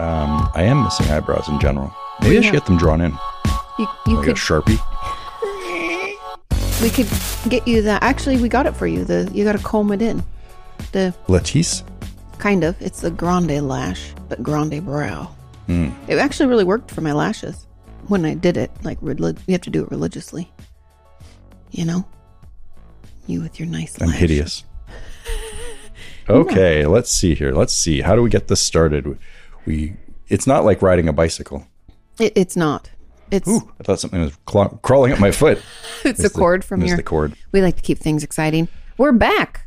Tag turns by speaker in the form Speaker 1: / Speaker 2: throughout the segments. Speaker 1: um, I am missing eyebrows in general. Maybe I should get them drawn in.
Speaker 2: You, you
Speaker 1: Like a
Speaker 2: could
Speaker 1: sharpie.
Speaker 2: we could get you that. Actually, we got it for you. The you got to comb it in. The
Speaker 3: Latisse?
Speaker 2: kind of it's the grande lash, but grande brow.
Speaker 1: Hmm.
Speaker 2: It actually really worked for my lashes when I did it. Like relig- you have to do it religiously. You know, you with your nice.
Speaker 1: I'm
Speaker 2: lash.
Speaker 1: hideous. Okay, let's see here. Let's see. How do we get this started? We it's not like riding a bicycle.
Speaker 2: It, it's not. It's
Speaker 1: Ooh, I thought something was claw- crawling up my foot.
Speaker 2: it's a
Speaker 1: Missed the-
Speaker 2: cord from
Speaker 1: missed
Speaker 2: your.
Speaker 1: the cord.
Speaker 2: We like to keep things exciting. We're back.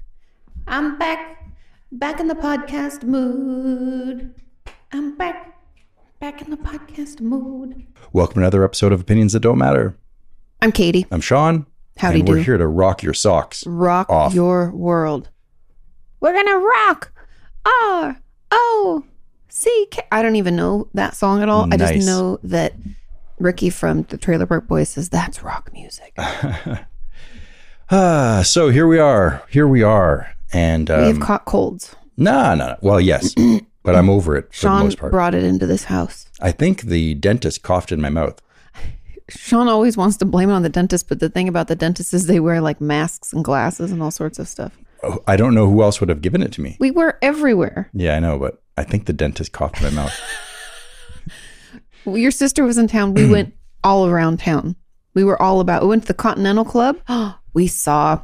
Speaker 2: I'm back. Back in the podcast mood. I'm back. Back in the podcast mood.
Speaker 1: Welcome to another episode of Opinions That Don't Matter.
Speaker 2: I'm Katie.
Speaker 1: I'm Sean.
Speaker 2: Howdy
Speaker 1: and we're
Speaker 2: do.
Speaker 1: here to rock your socks.
Speaker 2: Rock
Speaker 1: Off.
Speaker 2: your world. We're gonna rock R O C K. I don't even know that song at all. I
Speaker 1: Nice.
Speaker 2: just know that Ricky from the Trailer Park Boys says that's rock music.
Speaker 1: Um, Ah, so here we are. Here we are. And
Speaker 2: we
Speaker 1: um,
Speaker 2: have caught colds.
Speaker 1: no, no, no. Well, yes, but I'm over it for the
Speaker 2: Sean
Speaker 1: most part.
Speaker 2: brought it into this house.
Speaker 1: I think the dentist coughed in my mouth.
Speaker 2: Sean always wants to blame it on the dentist, but the thing about the dentist is they wear like masks and glasses and all sorts of stuff.
Speaker 1: Oh, I don't know who else would have given it to me.
Speaker 2: We were everywhere.
Speaker 1: Yeah, I know, but I think the dentist coughed in my mouth.
Speaker 2: Your sister was in town. We went all around town. We were all about. We went to the Continental Club. we saw.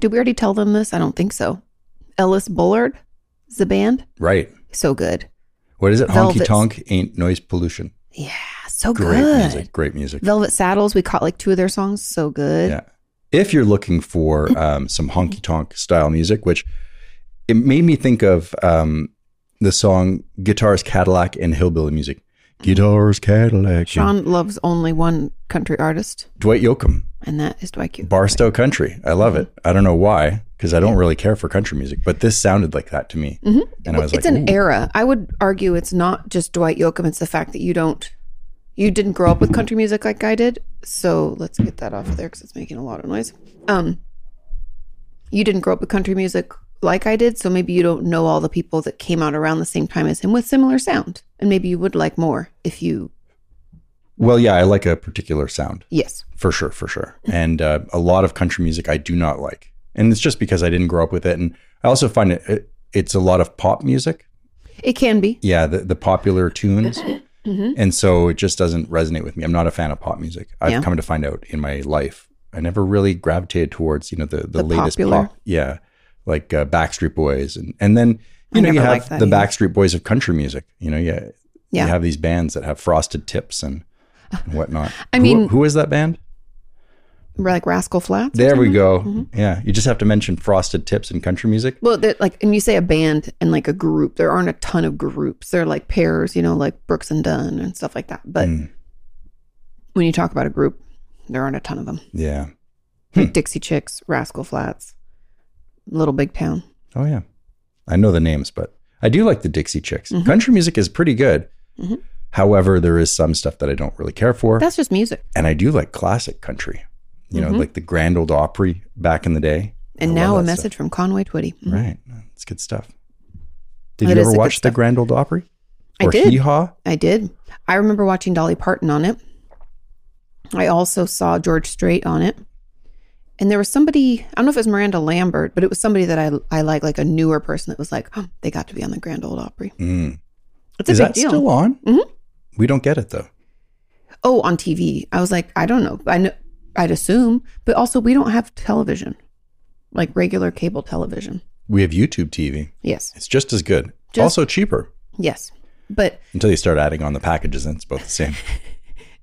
Speaker 2: Did we already tell them this? I don't think so. Ellis Bullard is the band.
Speaker 1: Right.
Speaker 2: So good.
Speaker 1: What is it? Honky
Speaker 2: Velvets.
Speaker 1: tonk ain't noise pollution.
Speaker 2: Yeah, so
Speaker 1: Great
Speaker 2: good.
Speaker 1: music. Great music.
Speaker 2: Velvet Saddles. We caught like two of their songs. So good.
Speaker 1: Yeah. If you're looking for um, some honky tonk style music, which it made me think of um, the song Guitars Cadillac and Hillbilly Music. Guitars Cadillac. and
Speaker 2: Sean loves only one country artist,
Speaker 1: Dwight Yoakam,
Speaker 2: and that is Dwight Q.
Speaker 1: Barstow Country. I love it. I don't know why, because I don't really care for country music, but this sounded like that to me. And I was
Speaker 2: Mm-hmm. it's
Speaker 1: like,
Speaker 2: an
Speaker 1: "Ooh."
Speaker 2: era. I would argue it's not just Dwight Yoakam. It's the fact that you don't, you didn't grow up with country music like I did. So let's get that off of there because it's making a lot of noise. Um, you didn't grow up with country music like I did, so maybe you don't know all the people that came out around the same time as him with similar sound, and maybe you would like more if you.
Speaker 1: well, yeah, I like a particular sound.
Speaker 2: Yes,
Speaker 1: for sure for sure and uh, a lot of country music i do not like and it's just because i didn't grow up with it and i also find it, it it's a lot of pop music
Speaker 2: it can be.
Speaker 1: yeah the, the popular tunes
Speaker 2: Mhm.
Speaker 1: and so it just doesn't resonate with me i'm not a fan of pop music i've
Speaker 2: Yeah.
Speaker 1: come to find out in my life i never really gravitated towards you know the, the,
Speaker 2: The
Speaker 1: latest
Speaker 2: popular.
Speaker 1: pop yeah like uh, backstreet boys and, and then
Speaker 2: I
Speaker 1: you know you
Speaker 2: never
Speaker 1: have
Speaker 2: liked that
Speaker 1: the
Speaker 2: either.
Speaker 1: backstreet boys of country music you know yeah,
Speaker 2: Yeah.
Speaker 1: you have these bands that have frosted tips and and whatnot
Speaker 2: I
Speaker 1: Who-
Speaker 2: mean-
Speaker 1: who is that band
Speaker 2: We're like Rascal Flats.
Speaker 1: There we go.
Speaker 2: Mm-hmm.
Speaker 1: Yeah, you just have to mention frosted tips and country music.
Speaker 2: Well, they're like, and you say a band and like a group, there aren't a ton of groups. They're like pairs, you know, like Brooks and Dunn and stuff like that. But
Speaker 1: Hmm,
Speaker 2: when you talk about a group, there aren't a ton of them.
Speaker 1: Yeah. Hmm.
Speaker 2: Like Dixie Chicks, Rascal Flats, Little Big Town.
Speaker 1: Oh yeah. I know the names, but I do like the Dixie Chicks.
Speaker 2: Mm-hmm.
Speaker 1: Country music is pretty good. However, there is some stuff that I don't really care for,
Speaker 2: That's just music.
Speaker 1: and I do like classic country. You know, like the Grand Old Opry back in the day.
Speaker 2: And
Speaker 1: I
Speaker 2: now a
Speaker 1: love that
Speaker 2: message from Conway Twitty. Mhm.
Speaker 1: Right. It's good stuff. Did
Speaker 2: That
Speaker 1: you
Speaker 2: is
Speaker 1: ever
Speaker 2: the good
Speaker 1: watch the
Speaker 2: stuff.
Speaker 1: Grand Old Opry?
Speaker 2: I
Speaker 1: or
Speaker 2: did.
Speaker 1: Hee Haw?
Speaker 2: I did. I remember watching Dolly Parton on it. I also saw George Strait on it. And there was somebody, I don't know if it was Miranda Lambert, but it was somebody that I I like, like a newer person that was like, oh, they got to be on the Grand Old Opry.
Speaker 1: Mm.
Speaker 2: It's a
Speaker 1: Is
Speaker 2: big
Speaker 1: that
Speaker 2: deal.
Speaker 1: still on?
Speaker 2: Mhm.
Speaker 1: We don't get it though.
Speaker 2: oh, on TV. I was like, I don't know. I know I'd assume, but also we don't have television. Like regular cable television.
Speaker 1: We have YouTube TV.
Speaker 2: Yes.
Speaker 1: It's just as good.
Speaker 2: Just-
Speaker 1: also cheaper.
Speaker 2: Yes. But
Speaker 1: Until you start adding on the packages, and it's about the same.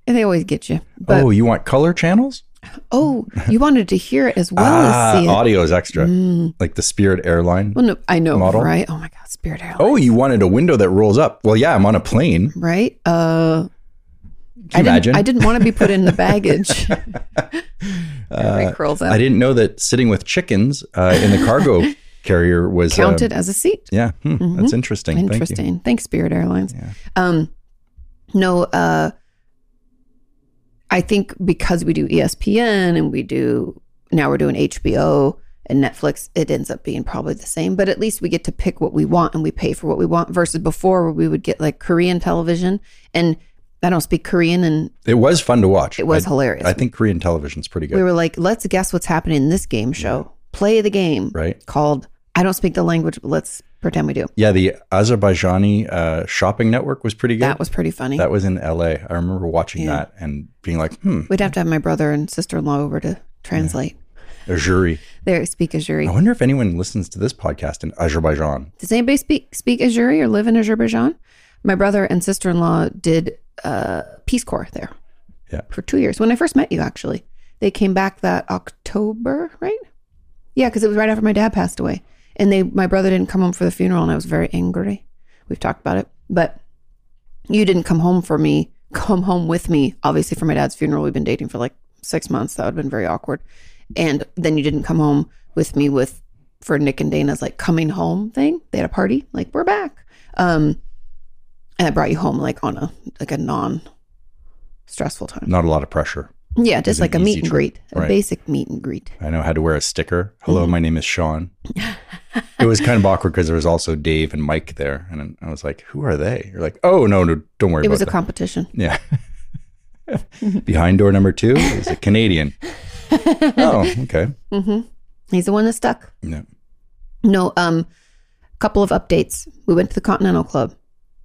Speaker 2: and they always get you. But
Speaker 1: oh,
Speaker 2: oh,
Speaker 1: you want color channels?
Speaker 2: you wanted to hear it as well
Speaker 1: Ah,
Speaker 2: as see it.
Speaker 1: audio is extra,
Speaker 2: Mm.
Speaker 1: like the Spirit airline.
Speaker 2: Well, no, I know,
Speaker 1: Model?
Speaker 2: right? Oh my God, Spirit Airlines.
Speaker 1: Oh, you wanted a window that rolls up? Well, yeah, I'm on a plane.
Speaker 2: right? Uh,
Speaker 1: Can you
Speaker 2: I
Speaker 1: imagine? Uh,
Speaker 2: Didn't, I didn't want to be put in the baggage. Everybody curls up.
Speaker 1: I didn't know that sitting with chickens uh, in the cargo carrier was uh,
Speaker 2: Counted as a seat.
Speaker 1: yeah, hmm, that's interesting. Thank you.
Speaker 2: Interesting. Thanks, Spirit Airlines. Um, no, uh, E I think because we do ESPN and we do now we're doing HBO and Netflix, it ends up being probably the same, but at least we get to pick what we want and we pay for what we want versus before where we would get like Korean television. And I don't speak Korean and
Speaker 1: It was fun to watch.
Speaker 2: it was
Speaker 1: I,
Speaker 2: hilarious.
Speaker 1: I think Korean television's pretty good,
Speaker 2: we were like, let's guess what's happening in this game show. Play the game
Speaker 1: right?
Speaker 2: called I don't speak the language, but let's pretend we do.
Speaker 1: Yeah, the Azerbaijani uh, shopping network was pretty good.
Speaker 2: That was pretty funny.
Speaker 1: That was in LA. I remember watching
Speaker 2: Yeah.
Speaker 1: that and being like, hmm,
Speaker 2: We'd have to have my brother and sister in law over to translate.
Speaker 1: Azuri.
Speaker 2: They speak
Speaker 1: I
Speaker 2: Azuri.
Speaker 1: wonder if anyone listens to this podcast in Azerbaijan.
Speaker 2: Does anybody speak speak Azuri or live in Azerbaijan? My brother and sister in law did uh, Peace Corps there.
Speaker 1: Yeah.
Speaker 2: For two years. When I first met you, actually, they came back that October, right? Yeah, because it was right after my dad passed away, and they my brother didn't come home for the funeral, and I was very angry. We've talked about it, but you didn't come home for me. Come home with me, obviously, for my dad's funeral. We've been dating for like six months. That would have been very awkward. And then you didn't come home with me with for Nick and Dana's like coming home thing. They had a party, like we're back. Um, and I brought you home like on a like a non stressful time.
Speaker 1: Not a lot of pressure.
Speaker 2: Yeah, just
Speaker 1: an
Speaker 2: like a
Speaker 1: easy
Speaker 2: meet and
Speaker 1: trip.
Speaker 2: greet, a
Speaker 1: Right.
Speaker 2: basic meet and greet.
Speaker 1: I know how to wear a sticker. Hello,
Speaker 2: Mm-hmm.
Speaker 1: my name is Sean. it was kind of awkward because there was also Dave and Mike there, and I was like, "Who are they?" You're like, "Oh no, no, don't worry
Speaker 2: It
Speaker 1: about
Speaker 2: was a
Speaker 1: that."
Speaker 2: competition.
Speaker 1: yeah. Behind door number two is a Canadian. oh, okay.
Speaker 2: Mm-hmm. He's the one that stuck.
Speaker 1: Yeah.
Speaker 2: No, um, couple of updates. We went to the Continental Club.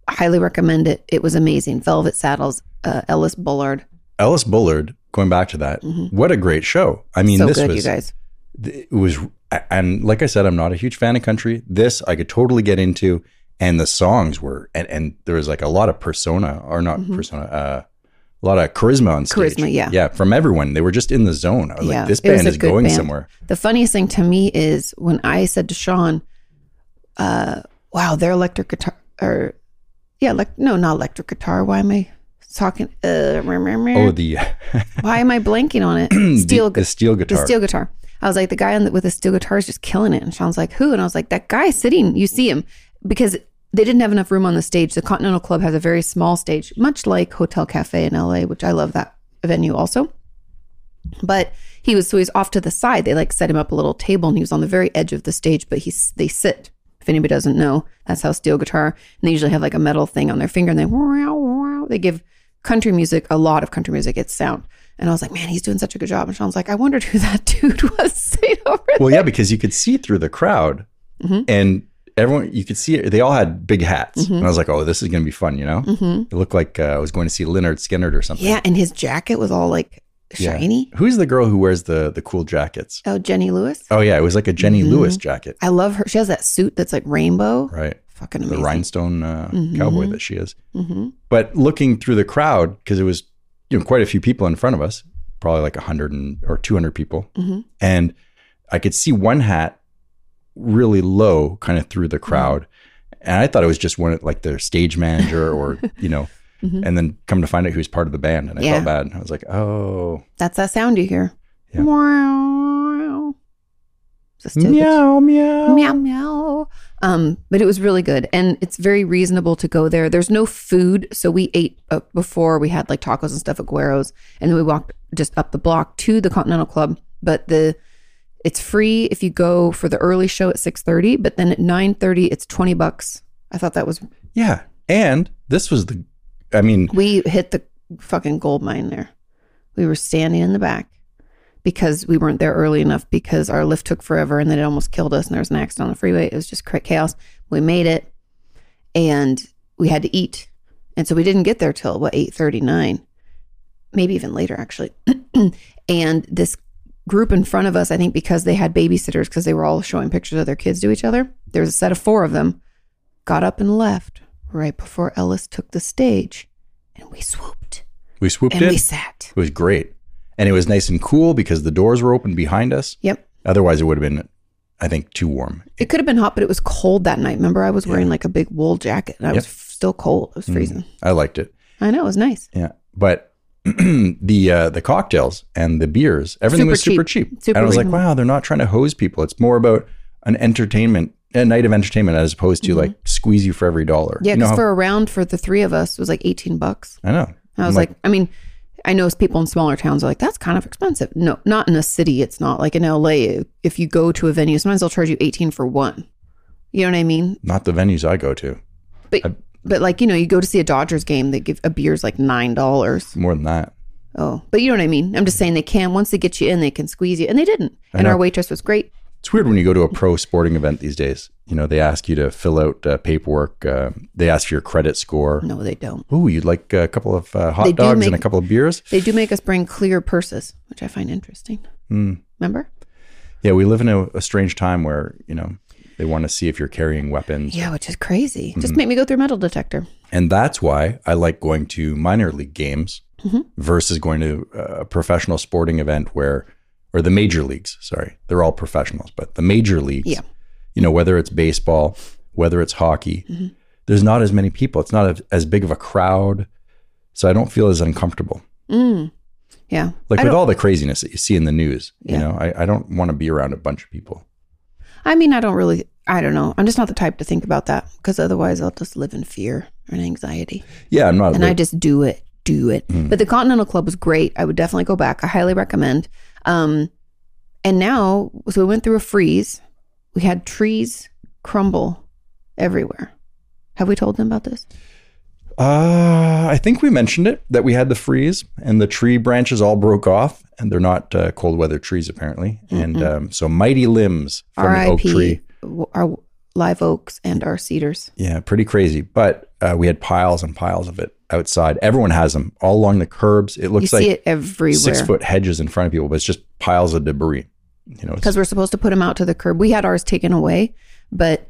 Speaker 2: Highly recommend it. It was amazing. Velvet Saddles, uh, Ellis Bullard. Mm-hmm.
Speaker 1: Ellis Bullard. Going back to that, what a great show! I mean,
Speaker 2: so
Speaker 1: this
Speaker 2: good, you
Speaker 1: was
Speaker 2: guys.
Speaker 1: it was and like i said i'm not a huge fan of country this i could totally get into and the songs were and and there was like a lot of persona or not persona uh a lot of charisma on stage
Speaker 2: Mm-hmm. Charisma, yeah.
Speaker 1: yeah from everyone they were just in the zone i was
Speaker 2: Yeah,
Speaker 1: like this
Speaker 2: it was
Speaker 1: band
Speaker 2: a
Speaker 1: is
Speaker 2: good
Speaker 1: going
Speaker 2: band.
Speaker 1: somewhere
Speaker 2: The funniest thing to me is when I said to Sean, uh, wow, their electric guitar, or yeah, like, no, not electric guitar. Why am I talking? Uh, meh, meh, meh.
Speaker 1: oh the
Speaker 2: Why am I blanking on it? Steel,
Speaker 1: the, the steel
Speaker 2: the
Speaker 1: guitar
Speaker 2: steel guitar. I was like, the guy on the, with the steel guitar is just killing it. And Sean's like, who? And I was like, that guy sitting, you see him, because they didn't have enough room on the stage. The Continental Club has a very small stage, much like Hotel Cafe in LA, which I love that venue also. But he was so he's off to the side. They like set him up a little table, and he was on the very edge of the stage. But he's they sit. If anybody doesn't know, that's how steel guitar. And they usually have like a metal thing on their finger, and they wow wow. They give country music a lot of country music its sound. And I was like, man, he's doing such a good job. And Sean's like, I wondered who that dude was sitting over there.
Speaker 1: well yeah because you could see through the crowd
Speaker 2: Mm-hmm.
Speaker 1: and everyone you could see it, they all had big hats and i was like oh this is gonna be fun you know it looked like uh, i was going to see leonard skinner or something
Speaker 2: Mm-hmm. Yeah, and his jacket was all like
Speaker 1: Yeah.
Speaker 2: shiny.
Speaker 1: who's the girl who wears the the cool jackets
Speaker 2: Oh, Jenny Lewis.
Speaker 1: Oh yeah, it was like a Jenny Lewis jacket,
Speaker 2: Mm-hmm. I love her. She has that suit that's like rainbow.
Speaker 1: right?
Speaker 2: Fucking
Speaker 1: The
Speaker 2: amazing. Mm-hmm.
Speaker 1: rhinestone uh, cowboy that she is.
Speaker 2: Mhm.
Speaker 1: But looking through the crowd, because it was you know quite a few people in front of us, probably like hundred and or two hundred people,
Speaker 2: Mhm.
Speaker 1: and I could see one hat really low, kind of through the crowd,
Speaker 2: Mm-hmm.
Speaker 1: and I thought it was just one of, like their stage manager or you know.
Speaker 2: Mhm.
Speaker 1: And then come to find out he was part of the band, and I
Speaker 2: Yeah.
Speaker 1: felt bad. I was like, "Oh,
Speaker 2: That's that sound you hear.
Speaker 1: Yeah.
Speaker 2: Wow. Is this still good?
Speaker 1: meow, meow,
Speaker 2: meow meow. Um, but it was really good, and it's very reasonable to go there. There's no food, so we ate uh, before. We had like tacos and stuff at Guero's, and then we walked just up the block to the Continental Club. But the it's free if you go for the early show at six thirty, but then at nine thirty it's twenty bucks. I thought that was
Speaker 1: yeah." And this was the, I mean,
Speaker 2: we hit the fucking gold mine there. We were standing in the back because we weren't there early enough because our lift took forever and then it almost killed us and there was an accident on the freeway. It was just cra- chaos. We made it and we had to eat. And so we didn't get there till what 8:39. Maybe even later actually. and this group in front of us, I think because they had babysitters because they were all showing pictures of their kids to each other. There was a set of 4 of them got up and left right before Ellis took the stage and we swooped
Speaker 1: we swooped
Speaker 2: and
Speaker 1: in.
Speaker 2: we sat.
Speaker 1: It was great. And it was nice and cool because the doors were open behind us.
Speaker 2: Yep.
Speaker 1: Otherwise, it would have been, I think, too warm.
Speaker 2: It could have been hot, but it was cold that night. Remember, I was wearing like a big wool jacket and I was
Speaker 1: Yep.
Speaker 2: f- still cold. It was freezing.
Speaker 1: I liked it.
Speaker 2: I know, it was nice.
Speaker 1: Yeah. But the uh, the cocktails and the beers, everything
Speaker 2: Super
Speaker 1: was super
Speaker 2: cheap.
Speaker 1: cheap.
Speaker 2: Super
Speaker 1: and I was like,
Speaker 2: reasonable.
Speaker 1: wow, they're not trying to hose people. It's more about an entertainment, a night of entertainment, as opposed to like squeeze you for every dollar.
Speaker 2: Mm-hmm. Yeah,
Speaker 1: You know
Speaker 2: because
Speaker 1: how-
Speaker 2: for a round for the three of us it was like 18 bucks.
Speaker 1: I know.
Speaker 2: And I
Speaker 1: I'm
Speaker 2: was like, I mean, I know people in smaller towns are like, that's kind of expensive. No, not in a city. It's not like in LA. If you go to a venue, sometimes they'll charge you 18 for one. You know what I mean?
Speaker 1: Not the venues I go to.
Speaker 2: But,
Speaker 1: I-
Speaker 2: but like, you know, you go to see a Dodgers game, they give a beer's like $9.
Speaker 1: More than that.
Speaker 2: Oh, but you know what I mean. I'm just saying they can. Once they get you in, they can squeeze you, and they didn't.
Speaker 1: I
Speaker 2: And
Speaker 1: know.
Speaker 2: our waitress was great.
Speaker 1: It's weird when you go to a pro sporting event these days. You know, they ask you to fill out uh, paperwork. Uh, they ask for your credit score.
Speaker 2: No, they don't.
Speaker 1: Ooh, you'd like a couple of uh, hot
Speaker 2: They do
Speaker 1: dogs and a
Speaker 2: make-
Speaker 1: couple of beers?
Speaker 2: They do make us bring clear purses, which I find interesting.
Speaker 1: Hmm.
Speaker 2: Remember?
Speaker 1: Yeah, we live in a, a strange time where, you know, they want to see if you're carrying weapons.
Speaker 2: Yeah, which is crazy.
Speaker 1: Hmm.
Speaker 2: Just make me go through a metal detector.
Speaker 1: And that's why I like going to minor league games
Speaker 2: Mhm.
Speaker 1: versus going to a professional sporting event where, or the major leagues, sorry, they're all professionals, but the major leagues,
Speaker 2: Yeah.
Speaker 1: you know, whether it's baseball, whether it's hockey,
Speaker 2: Mm-hmm.
Speaker 1: there's not as many people. It's not a, as big of a crowd. So I don't feel as uncomfortable.
Speaker 2: Mm. Yeah.
Speaker 1: Like
Speaker 2: I
Speaker 1: with
Speaker 2: don't-
Speaker 1: all the craziness that you see in the news, you
Speaker 2: Yeah.
Speaker 1: know, I, I don't want to be around a bunch of people.
Speaker 2: I mean, I don't really. I don't know. I'm just not the type to think about that because otherwise, I'll just live in fear and anxiety.
Speaker 1: Yeah, I'm not.
Speaker 2: and I just do it, do it.
Speaker 1: Hmm.
Speaker 2: But the Continental Club was great. I would definitely go back. I highly recommend. Um, and now, so we went through a freeze. We had trees crumble everywhere. Have we told them about this?
Speaker 1: Uh, I think we mentioned it that we had the freeze and the tree branches all broke off, and they're not uh, cold weather trees apparently. And um, so mighty limbs from the oak tree.
Speaker 2: R.I.P. Our live oaks and our cedars.
Speaker 1: Yeah, pretty crazy. But uh, we had piles and piles of it outside. Everyone has them all along the curbs. It
Speaker 2: You
Speaker 1: looks
Speaker 2: see
Speaker 1: like
Speaker 2: it everywhere.
Speaker 1: six foot hedges in front of people, but it's just piles of debris. You know, it's-
Speaker 2: because we're supposed to put them out to the curb. We had ours taken away, but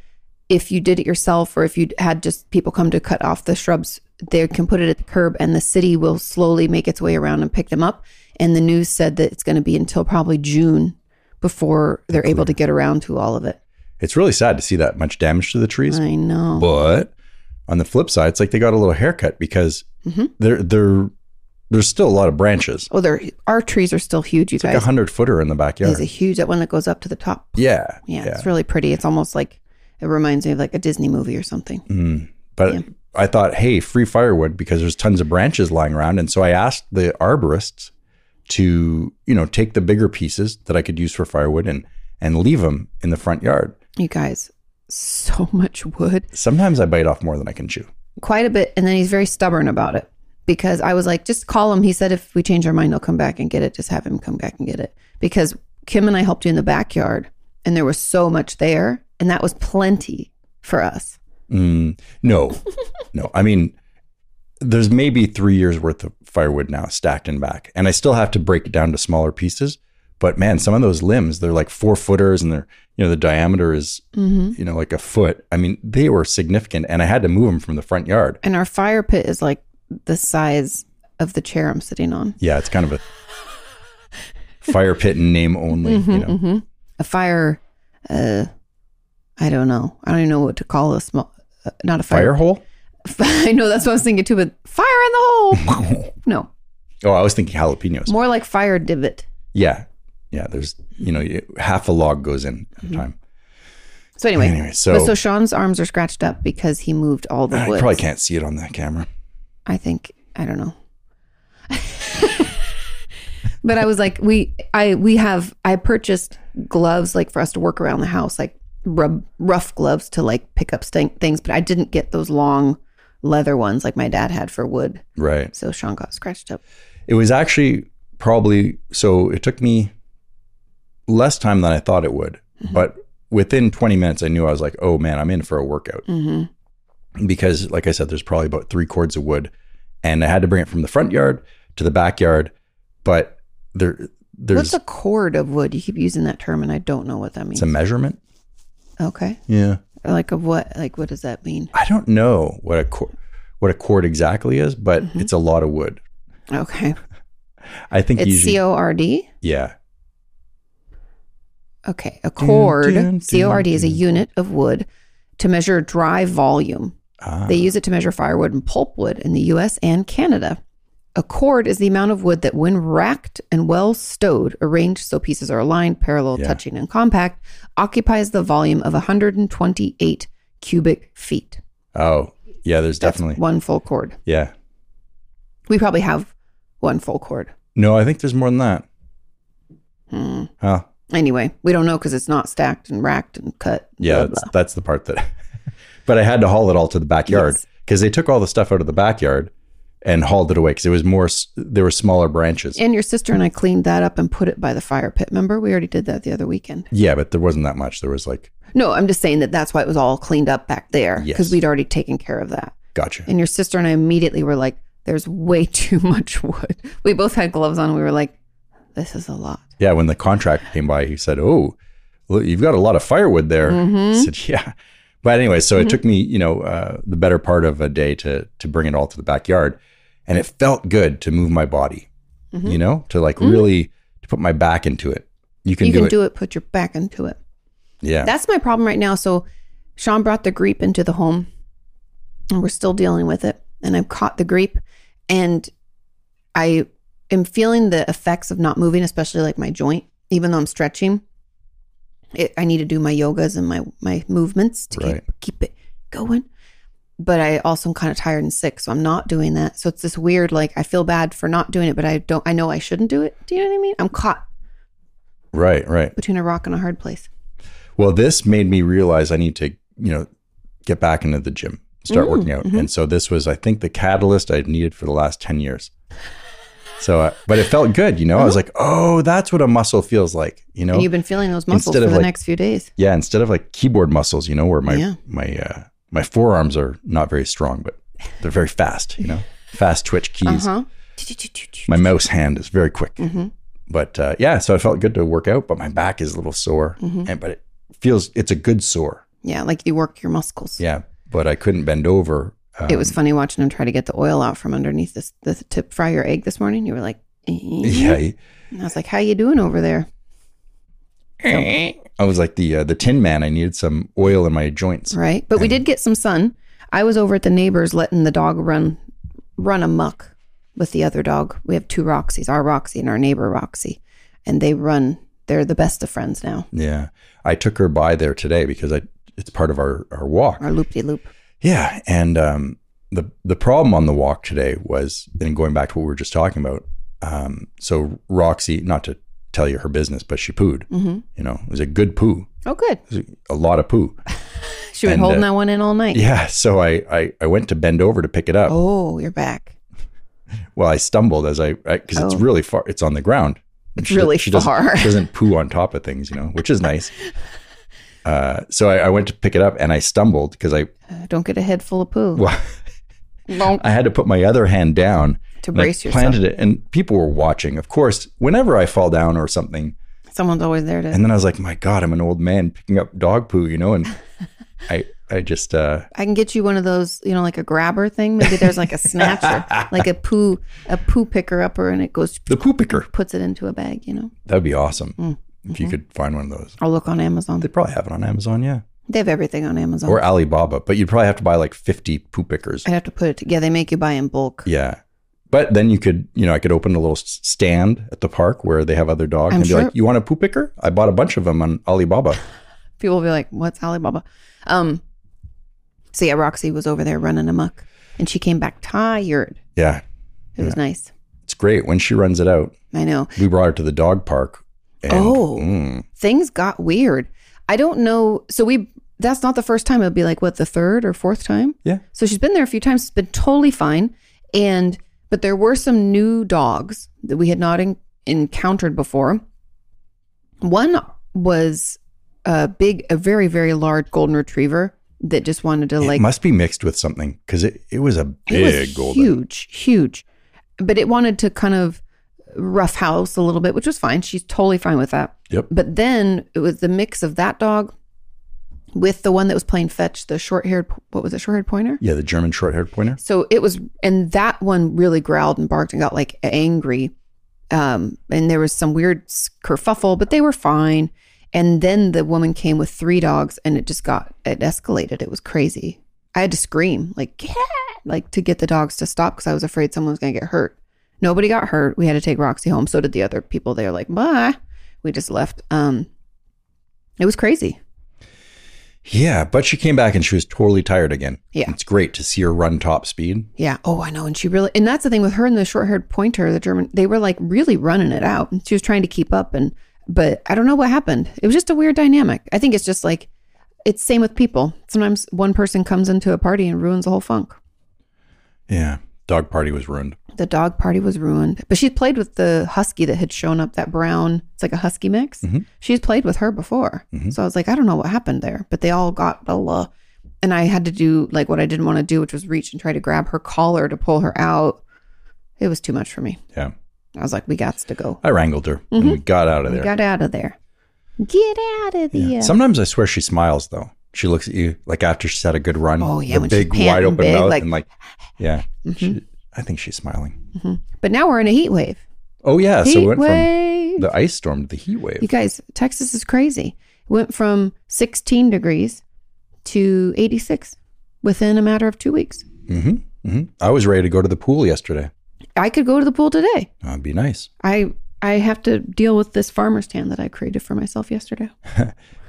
Speaker 2: if you did it yourself or if you had just people come to cut off the shrubs, they can put it at the curb and the city will slowly make its way around and pick them up. And the news said that it's going to be until probably June before they're able to get around to all of it.
Speaker 1: it's really sad to see that much damage to the trees.
Speaker 2: I know.
Speaker 1: But on the flip side, it's like they got a little haircut because
Speaker 2: Mhm.
Speaker 1: there there there's still a lot of branches.
Speaker 2: Oh, they're, our trees are still huge, you
Speaker 1: It's like a
Speaker 2: guys.
Speaker 1: hundred footer in the backyard.
Speaker 2: There's a huge, that one that goes up to the top.
Speaker 1: Yeah.
Speaker 2: Yeah, it's really pretty. It's almost like, it reminds me of like a Disney movie or something.
Speaker 1: Mm. But
Speaker 2: Yeah.
Speaker 1: I thought, hey, free firewood because there's tons of branches lying around. And so I asked the arborists to, you know, take the bigger pieces that I could use for firewood and and leave them in the front yard.
Speaker 2: You guys, so much wood.
Speaker 1: Sometimes I bite off more than I can chew.
Speaker 2: quite a bit and then he's very stubborn about it because I was like, just call him. He said, if we change our mind, he'll come back and get it. Just have him come back and get it. Because Kim and I helped you in the backyard and there was so much there and that was plenty for us.
Speaker 1: Mm, no, no. I mean, there's maybe three years worth of firewood now stacked in back, and I still have to break it down to smaller pieces. But man, some of those limbs, they're like four footers and they're, you know, the diameter is,
Speaker 2: Mm-hmm.
Speaker 1: you know, like a foot. I mean, they were significant and I had to move them from the front yard.
Speaker 2: And our fire pit is like the size of the chair I'm sitting on.
Speaker 1: Yeah, it's kind of a fire pit in name only,
Speaker 2: Mm-hmm.
Speaker 1: you know.
Speaker 2: A fire, uh, I don't know. I don't even know what to call a small, uh, not a
Speaker 1: Fire
Speaker 2: fire.
Speaker 1: hole?
Speaker 2: I know that's what I was thinking too, but fire in the hole.
Speaker 1: oh,
Speaker 2: no,
Speaker 1: I was thinking jalapenos.
Speaker 2: more like fire divot.
Speaker 1: Yeah. Yeah, there's, you know, you- half a log goes in at a time.
Speaker 2: So Mm-hmm. anyway,
Speaker 1: Anyway,
Speaker 2: But
Speaker 1: so,
Speaker 2: so Sean's arms are scratched up because he moved all the
Speaker 1: I
Speaker 2: wood.
Speaker 1: probably can't see it on that camera.
Speaker 2: I think I don't know. but I was like, we I we have I purchased gloves like for us to work around the house, like rub, rough gloves to like pick up stink things. But I didn't get those long leather ones like my dad had for wood.
Speaker 1: Right.
Speaker 2: So Sean got scratched up.
Speaker 1: It was actually probably so it took me less time than I thought it would,
Speaker 2: Mm-hmm.
Speaker 1: but within 20 minutes I knew I was like, "Oh man, I'm in for a workout."
Speaker 2: Mm-hmm.
Speaker 1: Because like I said, there's probably about 3 cords of wood and I had to bring it from the front yard to the backyard, but there
Speaker 2: What's
Speaker 1: there's
Speaker 2: a cord of wood? You keep using that term, and I don't know what that means.
Speaker 1: it's a measurement.
Speaker 2: okay,
Speaker 1: Yeah.
Speaker 2: like of what? Like what does that mean?
Speaker 1: I don't know what a cord what a cord exactly is, but
Speaker 2: Mm-hmm.
Speaker 1: it's a lot of wood.
Speaker 2: Okay,
Speaker 1: I think
Speaker 2: it's
Speaker 1: usually
Speaker 2: C O R D.
Speaker 1: yeah.
Speaker 2: Okay, a cord,
Speaker 1: dun, dun,
Speaker 2: CORD, is a
Speaker 1: dun.
Speaker 2: unit of wood to measure dry volume.
Speaker 1: Ah,
Speaker 2: They use it to measure firewood and pulpwood in the US and Canada. A cord is the amount of wood that, when racked and well stowed, arranged so pieces are aligned, parallel,
Speaker 1: Yeah.
Speaker 2: touching, and compact, occupies the volume of 128 cubic feet.
Speaker 1: oh, yeah, there's
Speaker 2: That's
Speaker 1: definitely
Speaker 2: one full cord.
Speaker 1: yeah.
Speaker 2: We probably have, one full chord.
Speaker 1: No, I think there's more than that. Ah,
Speaker 2: Hmm.
Speaker 1: Huh?
Speaker 2: Anyway, we don't know because it's not stacked and racked and cut. and
Speaker 1: Yeah,
Speaker 2: blah,
Speaker 1: that's,
Speaker 2: blah.
Speaker 1: that's the part that. but I had to haul it all to the backyard
Speaker 2: Yes.
Speaker 1: because they took all the stuff out of the backyard and hauled it away because it was more. s- There were smaller branches.
Speaker 2: And your sister and I cleaned that up and put it by the fire pit. Remember, we already did that the other weekend.
Speaker 1: yeah, but there wasn't that much. There was like,
Speaker 2: No, I'm just saying that that's why it was all cleaned up back there because
Speaker 1: Yes.
Speaker 2: we'd already taken care of that.
Speaker 1: gotcha.
Speaker 2: And your sister and I immediately were like, "There's way too much wood." We both had gloves on. We were like, "This is a lot."
Speaker 1: Yeah, when the contract came by, he said, "Oh, look, you've got a lot of firewood there."
Speaker 2: Mm-hmm.
Speaker 1: I said, "Yeah." But anyway, so it took me, you know, uh, the better part of a day to to bring it all to the backyard, and it felt good to move my body,
Speaker 2: Mm-hmm.
Speaker 1: you know, to like really to put my back into it. You can
Speaker 2: you
Speaker 1: do
Speaker 2: can
Speaker 1: it.
Speaker 2: do it. Put your back into it.
Speaker 1: yeah,
Speaker 2: That's my problem right now. So Sean brought the griep into the home and we're still dealing with it. And I've caught the griep and I am feeling the effects of not moving, especially like my joint, even though I'm stretching. It, I need to do my yogas and my, my movements to
Speaker 1: Right.
Speaker 2: keep, keep it going. But I also am kind of tired and sick, so I'm not doing that. So it's this weird, like I feel bad for not doing it, but I don't. I know I shouldn't do it. Do you know what I mean? I'm caught
Speaker 1: right, right.
Speaker 2: between a rock and a hard place.
Speaker 1: Well, this made me realize I need to, you know, get back into the gym,
Speaker 2: Mm,
Speaker 1: start working out.
Speaker 2: mm-hmm.
Speaker 1: And so this was, I think, the catalyst I've needed for the last 10 years. So, uh, but it felt good, you know,
Speaker 2: Uh-huh.
Speaker 1: I was like, oh, that's what a muscle feels like, you know?
Speaker 2: And you've been feeling those muscles
Speaker 1: Instead
Speaker 2: for
Speaker 1: of,
Speaker 2: the
Speaker 1: like,
Speaker 2: next few days.
Speaker 1: yeah. Instead of like keyboard muscles, you know, where my,
Speaker 2: Yeah.
Speaker 1: my, uh, my forearms are not very strong, but they're very fast, you know, fast twitch keys.
Speaker 2: Uh-huh.
Speaker 1: My mouse hand is very quick.
Speaker 2: Mhm.
Speaker 1: But uh, yeah, so it felt good to work out, but my back is a little sore.
Speaker 2: Mm-hmm.
Speaker 1: And, but it feels, it's a good sore.
Speaker 2: Yeah, like you work your muscles.
Speaker 1: Yeah, but I couldn't bend over. Um,
Speaker 2: It was funny watching him try to get the oil out from underneath this the tip fry your egg this morning. You were like, "Eh?"
Speaker 1: yeah. he-
Speaker 2: And I was like, how you doing over there?
Speaker 1: I was like the uh, the Tin Man. I needed some oil in my joints.
Speaker 2: Right. But we did get some sun. I was over at the neighbor's letting the dog run run amuck with the other dog. We have two Roxys, our Roxy and our neighbor Roxy. And they run. They're the best of friends now.
Speaker 1: Yeah, I took her by there today because I it's part of our our walk.
Speaker 2: Our loop de loop.
Speaker 1: Yeah, and um, the the problem on the walk today was, and going back to what we were just talking about. Um, so Roxy, not to tell you her business, but she pooed.
Speaker 2: Mhm.
Speaker 1: You know, it was a good poo,
Speaker 2: Oh, good.
Speaker 1: a lot of poo.
Speaker 2: She was
Speaker 1: And,
Speaker 2: holding
Speaker 1: uh,
Speaker 2: that one in all night.
Speaker 1: Yeah, so I I, I went to bend over to pick it up.
Speaker 2: Oh, you're back.
Speaker 1: Well, I stumbled as I because it's
Speaker 2: Oh.
Speaker 1: really far. It's on the ground. It's
Speaker 2: really
Speaker 1: doesn't-
Speaker 2: far.
Speaker 1: She doesn't poo on top of things, you know, which is nice. Uh, so I, I went to pick it up and I stumbled because I
Speaker 2: Uh, don't get a head full of poo.
Speaker 1: well,
Speaker 2: Bonk.
Speaker 1: I had to put my other hand down.
Speaker 2: to
Speaker 1: and I
Speaker 2: brace yourself.
Speaker 1: planted it, and people were watching. Of course, whenever I fall down or something,
Speaker 2: Someone's always there to.
Speaker 1: and then I was like, "My God, I'm an old man picking up dog poo," you know, and I I just uh,
Speaker 2: I can get you one of those, you know, like a grabber thing. Maybe there's like a snatcher, like a poo, a poo picker upper, and it goes
Speaker 1: the poo picker.
Speaker 2: puts it into a bag. You know,
Speaker 1: That'd be awesome if
Speaker 2: Mm, mm-hmm.
Speaker 1: you could find one of those.
Speaker 2: I'll look on Amazon.
Speaker 1: They probably have it on Amazon, yeah.
Speaker 2: They have everything on Amazon.
Speaker 1: or Alibaba, but you'd probably have to buy like 50 poo pickers.
Speaker 2: I'd have to put it. Yeah, they make you buy in bulk.
Speaker 1: Yeah. But then you could, you know, I could open a little s- stand at the park where they have other dogs
Speaker 2: I'm
Speaker 1: and be
Speaker 2: sure-
Speaker 1: like, you want a poo picker? I bought a bunch of them on Alibaba.
Speaker 2: People will be like, "What's Alibaba?" Um. So yeah, Roxy was over there running amok, and she came back tired.
Speaker 1: yeah.
Speaker 2: It was nice.
Speaker 1: It's great. When she runs it out,
Speaker 2: I know.
Speaker 1: we brought her to the dog park. And,
Speaker 2: Oh.
Speaker 1: mm,
Speaker 2: things got weird. I don't know. So we that's not the first time. It'd be like what the third or fourth time.
Speaker 1: Yeah.
Speaker 2: So she's been there a few times. It's been totally fine. And but there were some new dogs that we had not en- encountered before. One was a big, a very very large golden retriever that just wanted to like
Speaker 1: it must be mixed with something because it, it was a
Speaker 2: it
Speaker 1: big
Speaker 2: was
Speaker 1: golden.
Speaker 2: huge, huge. But it wanted to kind of rough house a little bit, which was fine. She's totally fine with that.
Speaker 1: Yep.
Speaker 2: But then it was the mix of that dog with the one that was playing fetch, the short haired, what was it, short haired pointer?
Speaker 1: Yeah, the German short haired pointer.
Speaker 2: So it was, and that one really growled and barked and got like angry. Um, and there was some weird s- kerfuffle, but they were fine. And then the woman came with three dogs and it just got, it escalated. It was crazy. I had to scream, like, "Get out," like to get the dogs to stop because I was afraid someone was going to get hurt. Nobody got hurt. We had to take Roxy home. So did the other people. They were like, bye. We just left. Um, it was crazy.
Speaker 1: Yeah, but she came back and she was totally tired again.
Speaker 2: Yeah.
Speaker 1: It's great to see her run top speed.
Speaker 2: Yeah. Oh, I know. And she really, and that's the thing with her and the short haired pointer, the German, they were like really running it out. And she was trying to keep up. And, but I don't know what happened. It was just a weird dynamic. I think it's just like, it's same with people. Sometimes one person comes into a party and ruins the whole funk.
Speaker 1: Yeah. Dog party was ruined.
Speaker 2: The dog party was ruined, but she played with the husky that had shown up, that brown, it's like a husky mix.
Speaker 1: Mm-hmm.
Speaker 2: She's played with her before. So I was like, I don't know what happened there, but they all got a la. And I had to do like what I didn't want to do, which was reach and try to grab her collar to pull her out. It was too much for me.
Speaker 1: Yeah.
Speaker 2: I was like, we got to go.
Speaker 1: I wrangled her
Speaker 2: Mm-hmm.
Speaker 1: and we got out of
Speaker 2: We
Speaker 1: there.
Speaker 2: got out of there. Get out of there.
Speaker 1: Yeah. Sometimes I swear she smiles though. She looks at you like after she's had a good run.
Speaker 2: Oh, yeah,
Speaker 1: the
Speaker 2: when she's
Speaker 1: big
Speaker 2: panting
Speaker 1: wide open
Speaker 2: big,
Speaker 1: mouth
Speaker 2: like-
Speaker 1: and
Speaker 2: Mm-hmm.
Speaker 1: like, yeah. She, I think she's smiling.
Speaker 2: But now we're in a heat wave.
Speaker 1: Oh yeah, so
Speaker 2: Heat
Speaker 1: we went
Speaker 2: wave.
Speaker 1: from the ice storm to the heat wave.
Speaker 2: You guys, Texas is crazy. Went from 16 degrees to 86 within a matter of two weeks.
Speaker 1: Mm-hmm. hmm I was ready to go to the pool yesterday.
Speaker 2: I could go to the pool today.
Speaker 1: That'd be nice.
Speaker 2: I I have to deal with this farmer's tan that I created for myself yesterday.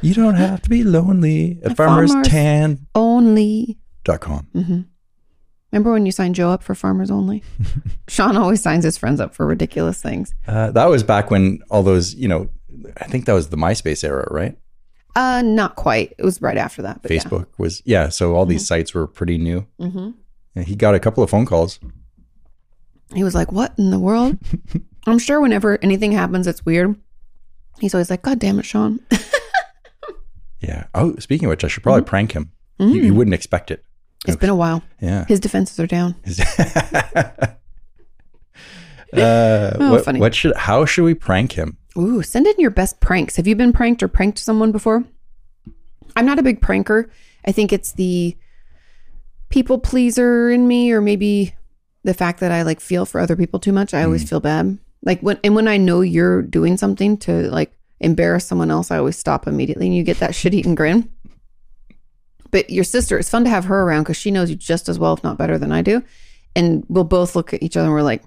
Speaker 1: You don't have to be lonely at farmerstan.com.
Speaker 2: Only. Remember when you signed Joe up for Farmers Only? Sean always signs his friends up for ridiculous things.
Speaker 1: Uh, that was back when all those, you know, I think that was the MySpace era, right?
Speaker 2: Uh, not quite. It was right after that. But yeah. Mm-hmm.
Speaker 1: Facebook was, yeah. So all these sites were pretty new.
Speaker 2: Mhm.
Speaker 1: And he got a couple of phone calls.
Speaker 2: He was like, What in the world? I'm sure whenever anything happens that's weird, he's always like, God damn it, Sean.
Speaker 1: Yeah. Oh, speaking of which, I should
Speaker 2: Mm-hmm.
Speaker 1: probably prank him. You,
Speaker 2: Mm.
Speaker 1: you wouldn't expect it.
Speaker 2: it's been a while.
Speaker 1: Yeah.
Speaker 2: His defenses are down.
Speaker 1: Uh,
Speaker 2: Oh,
Speaker 1: what,
Speaker 2: funny.
Speaker 1: what should? How should we prank him?
Speaker 2: Ooh, send in your best pranks. Have you been pranked or pranked someone before? I'm not a big pranker. I think it's the people pleaser in me, or maybe the fact that I like feel for other people too much. I always feel bad. Like when and when I know you're doing something to like embarrass someone else, I always stop immediately, and you get that shit-eating grin. But your sister, it's fun to have her around because she knows you just as well, if not better than I do. And we'll both look at each other and we're like,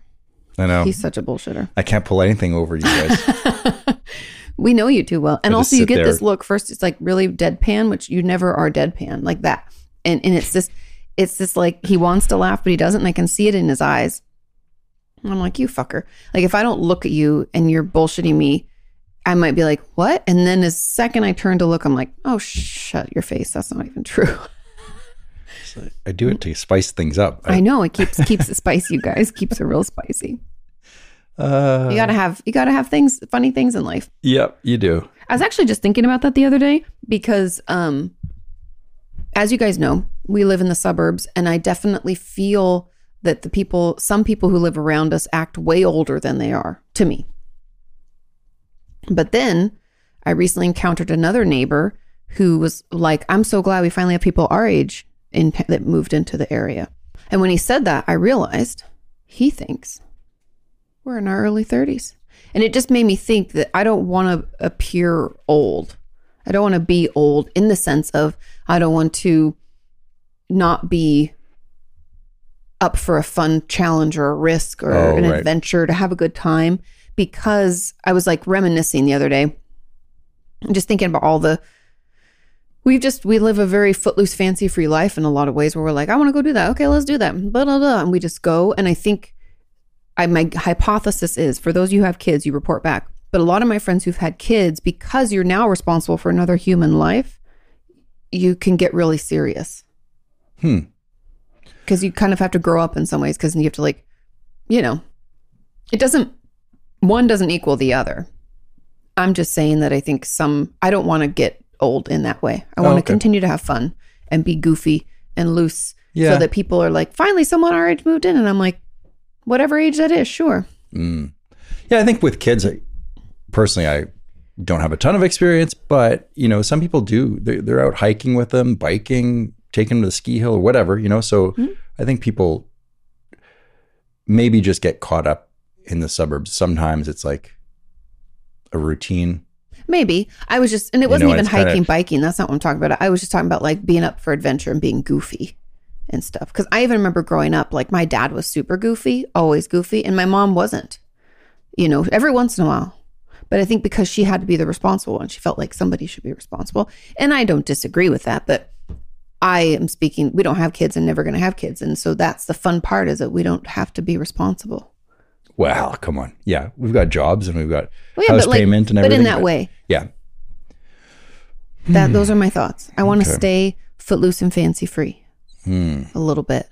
Speaker 1: I know.
Speaker 2: he's such a bullshitter.
Speaker 1: I can't pull anything over you guys.
Speaker 2: We know you too well. And
Speaker 1: I just
Speaker 2: also you
Speaker 1: sit
Speaker 2: get
Speaker 1: there.
Speaker 2: this look first it's like really deadpan, which you never are deadpan like that. And and it's this it's this like he wants to laugh but he doesn't and I can see it in his eyes. And I'm like, "You fucker." Like if I don't look at you and you're bullshitting me, I might be like, "What?" And then the second I turn to look, I'm like, "Oh, shut your face. That's not even true."
Speaker 1: I do it to spice things up.
Speaker 2: I know it keeps keeps it spicy, you guys. Keeps it real spicy.
Speaker 1: uh,
Speaker 2: You got to have you got to have things funny things in life.
Speaker 1: yep, you do.
Speaker 2: I was actually just thinking about that the other day because, um, as you guys know, we live in the suburbs, and I definitely feel that the people, some people who live around us, act way older than they are to me. But then I recently encountered another neighbor who was like, I'm so glad we finally have people our age in, that moved into the area. And when he said that, I realized he thinks we're in our early 30s. And it just made me think that I don't want to appear old. I don't want to be old in the sense of I don't want to not be up for a fun challenge or a risk or
Speaker 1: Oh,
Speaker 2: an
Speaker 1: right.
Speaker 2: adventure to have a good time because I was like reminiscing the other day. I'm just thinking about all the we've just we live a very footloose fancy free life in a lot of ways where we're like i want to go do that okay let's do that blah blah blah and we just go and i think i my hypothesis is for those of you who have kids you report back but a lot of my friends who've had kids because you're now responsible for another human life you can get really serious
Speaker 1: Hmm.
Speaker 2: because you kind of have to grow up in some ways because you have to like you know it doesn't one doesn't equal the other i'm just saying that i think some i don't want to get old in that way i
Speaker 1: Oh,
Speaker 2: want to
Speaker 1: okay.
Speaker 2: continue to have fun and be goofy and loose
Speaker 1: Yeah.
Speaker 2: so that people are like finally someone our age moved in and i'm like whatever age that is sure
Speaker 1: Mm. Yeah, I think with kids, I, personally, I don't have a ton of experience, but you know, some people do. They're, they're out hiking with them, biking, taking them to the ski hill or whatever. You know, so I think people maybe just get caught up in the suburbs. Sometimes it's like a routine.
Speaker 2: maybe i was just and it
Speaker 1: You
Speaker 2: wasn't
Speaker 1: know,
Speaker 2: even
Speaker 1: it's kinda-
Speaker 2: hiking biking that's not what i'm talking about i was just talking about like being up for adventure and being goofy and stuff because i even remember growing up like my dad was super goofy always goofy and my mom wasn't you know every once in a while But I think because she had to be the responsible one, she felt like somebody should be responsible. And I don't disagree with that, but I am speaking, we don't have kids and never going to have kids. And so that's the fun part is that we don't have to be responsible.
Speaker 1: Well, come on. Yeah, we've got jobs and we've got
Speaker 2: Well,
Speaker 1: house payment and
Speaker 2: but
Speaker 1: everything.
Speaker 2: in that way,
Speaker 1: yeah,
Speaker 2: that those are my thoughts. I want to
Speaker 1: Mm-hmm. Okay.
Speaker 2: stay footloose and fancy free
Speaker 1: Hmm.
Speaker 2: a little bit.